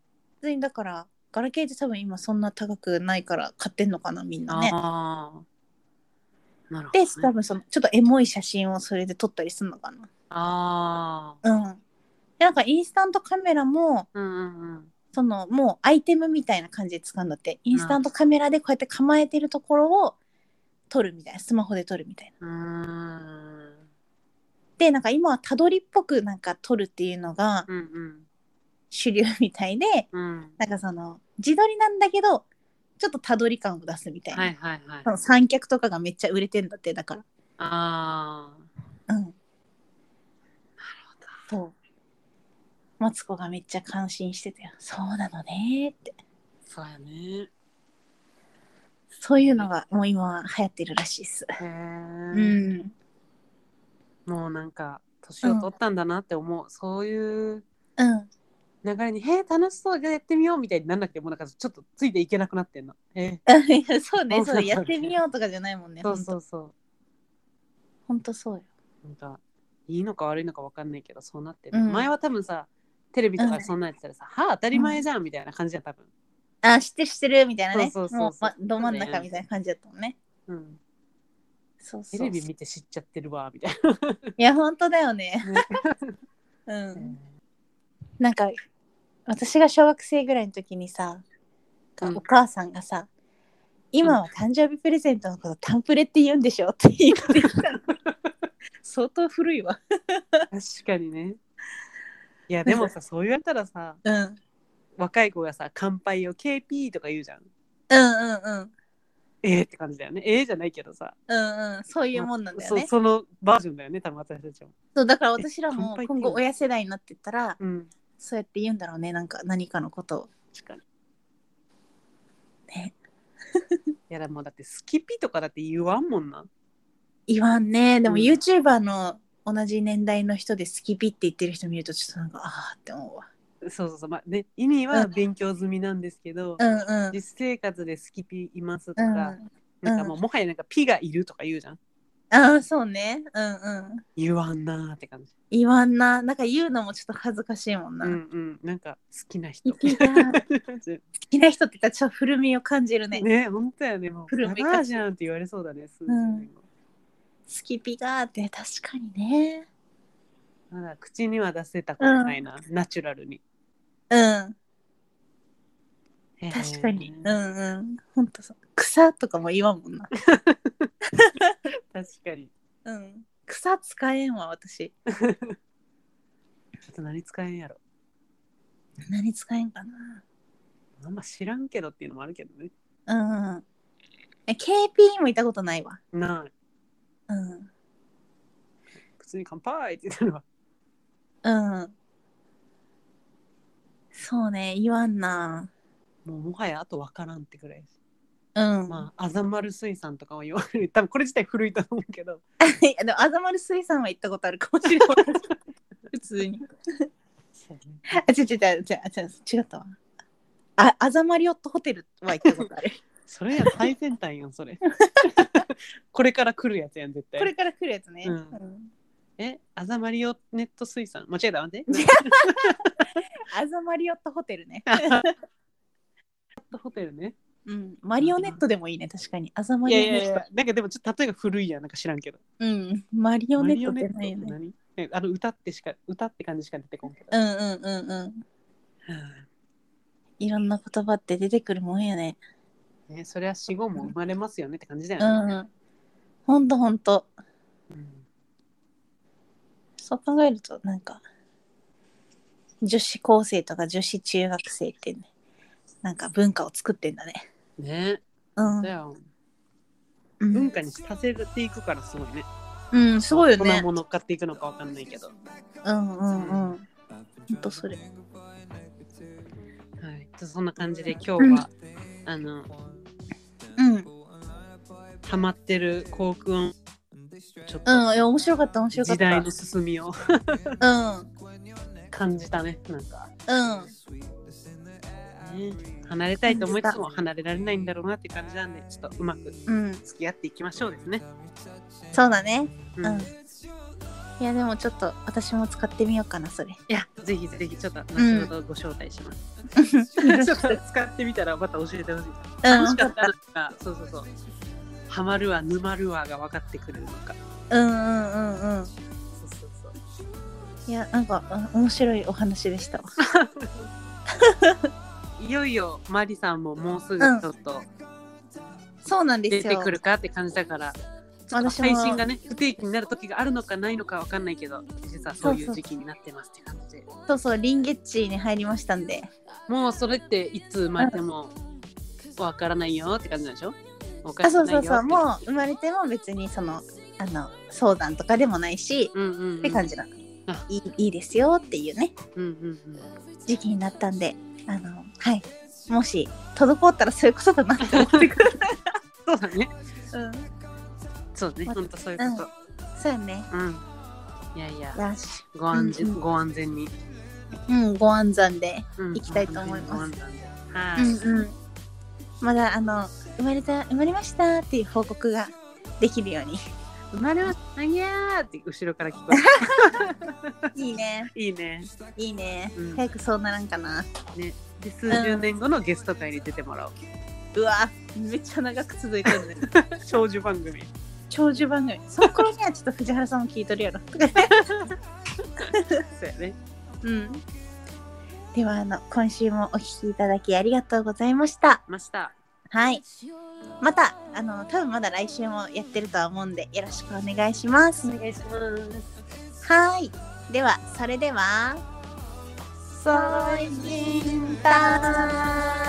Speaker 1: 通にだからガラケーって多分今そんな高くないから買ってんのかなみんなね
Speaker 2: ああなるほど、
Speaker 1: で
Speaker 2: ね、
Speaker 1: 多分そのちょっとエモい写真をそれで撮ったりするのかな
Speaker 2: ああ
Speaker 1: うんでなんかインスタントカメラも
Speaker 2: うんうんうん
Speaker 1: そのもうアイテムみたいな感じで使うんだってインスタントカメラでこうやって構えてるところを撮るみたいなスマホで撮るみたいな
Speaker 2: うーん
Speaker 1: でなんか今はたどりっぽくなんか撮るっていうのが
Speaker 2: うんうん
Speaker 1: 主流みたいで
Speaker 2: うん
Speaker 1: なんかその自撮りなんだけどちょっとたどり感を出すみたいな、
Speaker 2: はいはいはい
Speaker 1: その三脚とかがめっちゃ売れてんだってだか
Speaker 2: あ
Speaker 1: らうん
Speaker 2: ど
Speaker 1: そうマツコがめっちゃ感心してたよそうなのねーって
Speaker 2: あそうやね
Speaker 1: そういうのがもう今は流行ってるらしいっす
Speaker 2: へえ、
Speaker 1: うん
Speaker 2: もうなんか年を取ったんだなって思う、そういう
Speaker 1: うん
Speaker 2: 流れに「へえ楽しそうじゃあやってみよう」みたいになんなくてもうなんかちょっとついていけなくなってんのえ
Speaker 1: あいやそうね、
Speaker 2: そうそう
Speaker 1: そうやってみようとかじゃないもんね。
Speaker 2: そうそうそう
Speaker 1: 本当そうよ。
Speaker 2: なんかいいのか悪いのか分かんないけどそうなってる、
Speaker 1: うん
Speaker 2: 前は多分さテレビとか
Speaker 1: う
Speaker 2: で
Speaker 1: ん
Speaker 2: そんなんやってたらさ「はあ当たり前じゃん」みたいな感じや多分、
Speaker 1: あ、知ってる知ってるみたいなね。
Speaker 2: そうそうそう
Speaker 1: もう、ま、ど真ん中みたいな感じだったもんね。
Speaker 2: うん、
Speaker 1: そうそう
Speaker 2: テ
Speaker 1: そう
Speaker 2: レビ見て知っちゃってるわみたい
Speaker 1: いや、本当だよね。
Speaker 2: な、ね
Speaker 1: う。
Speaker 2: うんん
Speaker 1: なんか、私が小学生ぐらいの時にさ、
Speaker 2: うん
Speaker 1: お母さんがさ、今は誕生日プレゼントのことタンプレって言うんでしょって言ってき たの。相当古いわ。
Speaker 2: 確かに ねいやでもさそう言われたらさ
Speaker 1: うん。うん
Speaker 2: 若い子がさ「乾杯を KP」とか言うじゃん
Speaker 1: うんうん。
Speaker 2: えー、って感じだよねえー、じゃないけどさ
Speaker 1: うんうん。そういうもんなんだよね
Speaker 2: そ。そのバージョンだよね多分私たちも、
Speaker 1: そう、だから私らも
Speaker 2: 乾杯って
Speaker 1: 今
Speaker 2: 言うの
Speaker 1: 後親世代になってったら、
Speaker 2: うん、
Speaker 1: そうやって言うんだろうねなんか何かのことを
Speaker 2: 確かに
Speaker 1: ね
Speaker 2: いやでもだってスキピとかだって言わんもんな
Speaker 1: 言わんねでも
Speaker 2: うん
Speaker 1: YouTuber の同じ年代の人で好きピって言ってる人見るとちょっとなんかああって思うわ
Speaker 2: そうそうそうまあね意味は勉強済みなんですけど、
Speaker 1: うんうん
Speaker 2: 実生活でスキピいますと
Speaker 1: う
Speaker 2: か、
Speaker 1: ん
Speaker 2: なんかもうもはやなんかピがいるとか言うじゃん
Speaker 1: ああそうねうんうん
Speaker 2: 言わんなーって感じ、
Speaker 1: 言わんななんか言うのもちょっと恥ずかしいもんな、
Speaker 2: うん
Speaker 1: 好
Speaker 2: うんなんか好きな人
Speaker 1: きな好きな人って言ったらちょっと古みを感じるね
Speaker 2: ね本当やねもう
Speaker 1: 古
Speaker 2: 古
Speaker 1: め
Speaker 2: め
Speaker 1: かしい
Speaker 2: かじゃんって言われそうだね数十年後、
Speaker 1: スキピがーって確かにね
Speaker 2: まだ口には出せたことないな、ナチュラルに
Speaker 1: うん確かに、
Speaker 2: へー
Speaker 1: うんうんほんとそう草とかも言わんもんな
Speaker 2: 確かに
Speaker 1: うん草使えんわ私
Speaker 2: ちょっと何使えんやろ
Speaker 1: 何使えんかな
Speaker 2: あんま知らんけどっていうのもあるけどね
Speaker 1: うんうん。え KP もいたことないわ。
Speaker 2: ない
Speaker 1: うん。
Speaker 2: 普通に乾杯って言ったのは
Speaker 1: うん。そうね、言わんな。
Speaker 2: もうもはやあとわからんってくらいです
Speaker 1: うん。
Speaker 2: まああざまる水産とかは言われる多分これ自体古いと思うけど
Speaker 1: いやでも、あざまる水産は行ったことあるかも しれない。普通に。あ、違う違う違う違う違う違ったわ。あ、あざまりオットホテルは行ったこと ある。
Speaker 2: それや最先端やんそれこれから来るやつやん絶対
Speaker 1: これから来るやつね。
Speaker 2: うん
Speaker 1: ん
Speaker 2: えあざまりオネット水産間違えた待って
Speaker 1: あざまりオットホテルね。
Speaker 2: ホテルね
Speaker 1: うん。マリオネットでもいいね、確かに。あざま
Speaker 2: い
Speaker 1: りオ
Speaker 2: や
Speaker 1: ネ
Speaker 2: いやい
Speaker 1: ット
Speaker 2: や。なんかでもちょっと例えが古いやんなんか知らんけど
Speaker 1: うん。マリオネットって
Speaker 2: マ
Speaker 1: ない
Speaker 2: リオ
Speaker 1: よ
Speaker 2: ネット
Speaker 1: ね。
Speaker 2: って何えあの歌ってしか歌って感じしか出てこんけど
Speaker 1: うんうんうんうん。
Speaker 2: はい
Speaker 1: ろんな言葉って出てくるもんやね。
Speaker 2: いねそりゃ死後も生まれますよねって感じだ
Speaker 1: う
Speaker 2: よね、
Speaker 1: ん。ほんとほんと。
Speaker 2: うん
Speaker 1: そう考えると、なんか、女子高生とか女子中学生ってね、なんか文化を作ってんだね。
Speaker 2: ね
Speaker 1: うん
Speaker 2: だ。よ
Speaker 1: う
Speaker 2: 文
Speaker 1: ん、
Speaker 2: 化にさせていくからすごいね
Speaker 1: うん、すごいよ
Speaker 2: どんな
Speaker 1: ね。
Speaker 2: ものを買っていくのかわかんないけど、は
Speaker 1: うんうんうん。ほんとそれ。
Speaker 2: い、ちょっとそんな感じで今日は、
Speaker 1: うん
Speaker 2: あの
Speaker 1: うん。
Speaker 2: ハマってる航空音ちょっと、
Speaker 1: うんいや面白かった面白かっ
Speaker 2: 時
Speaker 1: た
Speaker 2: 代の進みを
Speaker 1: うん
Speaker 2: 感じたねなんか、
Speaker 1: うん
Speaker 2: ね、離れたいと思いつつも離れられないんだろうなって感じなんでちょっとうまく
Speaker 1: うん
Speaker 2: 付き合っていきましょうですね、
Speaker 1: そうだね
Speaker 2: う
Speaker 1: うんいやでもちょっと私も使ってみようかなそれ
Speaker 2: いやぜひぜひちょっと後ほどご招待します、 ちょっと使ってみたらまた教えてほしい楽しかったのかそうそうそうハマるわ沼るわが分かってくれるのか
Speaker 1: うんうんうんうん
Speaker 2: そうそうそう
Speaker 1: いやなんかうん面白いお話でしたわ
Speaker 2: いよいよマリさんももうすぐちょっと
Speaker 1: そうなんで
Speaker 2: 出
Speaker 1: す
Speaker 2: て
Speaker 1: よ
Speaker 2: くるかって感じだから、ちょっと
Speaker 1: 私も
Speaker 2: 配信がね不定期になる時があるのかないのかわかんないけど実はそういう時期になってますって感じで
Speaker 1: そうそうリンゲッチに入りましたんで
Speaker 2: もうそれっていつ生まれてもわからないよって感じなんでしょおかし
Speaker 1: あそ
Speaker 2: く
Speaker 1: う
Speaker 2: ないよ
Speaker 1: そうそ
Speaker 2: って
Speaker 1: うもう生まれても別にそのあの相談とかでもないし、
Speaker 2: うんうん、うん、
Speaker 1: って感じなの
Speaker 2: あ
Speaker 1: いいいいですよっていうね
Speaker 2: うんうんうん
Speaker 1: 時期になったんであのはいもし滞ったらそういうことだなって思ってくる、
Speaker 2: そうだね
Speaker 1: うん、
Speaker 2: そうね
Speaker 1: ま
Speaker 2: ほんとそういうこ
Speaker 1: そうやね
Speaker 2: とうん、いやいや
Speaker 1: よし
Speaker 2: ご安全、
Speaker 1: うんうん
Speaker 2: ご安全に、
Speaker 1: うんご安産で
Speaker 2: うん
Speaker 1: 行きたいと思います
Speaker 2: ご安全にはい、
Speaker 1: うんうんまだあの生まれた生まれましたっていう報告ができるように
Speaker 2: 生まれましたにゃーって後ろから聞こえる
Speaker 1: いいね
Speaker 2: いいね
Speaker 1: いいね、
Speaker 2: うん
Speaker 1: 早くそうならんかな
Speaker 2: ねで数十年後のゲスト会に出てもらおう、
Speaker 1: うわめっちゃ長く続いてるね
Speaker 2: 少女番組
Speaker 1: 長寿番組その頃にはちょっと藤原さんも聞いとるやろ
Speaker 2: そうやね
Speaker 1: うんではあの今週もお聞きいただきありがとうございました
Speaker 2: ました
Speaker 1: はいまたあの多分まだ来週もやってるとは思うんでよろしくお願いします
Speaker 2: お願いします
Speaker 1: はい。では、それでは、ソイジンタイム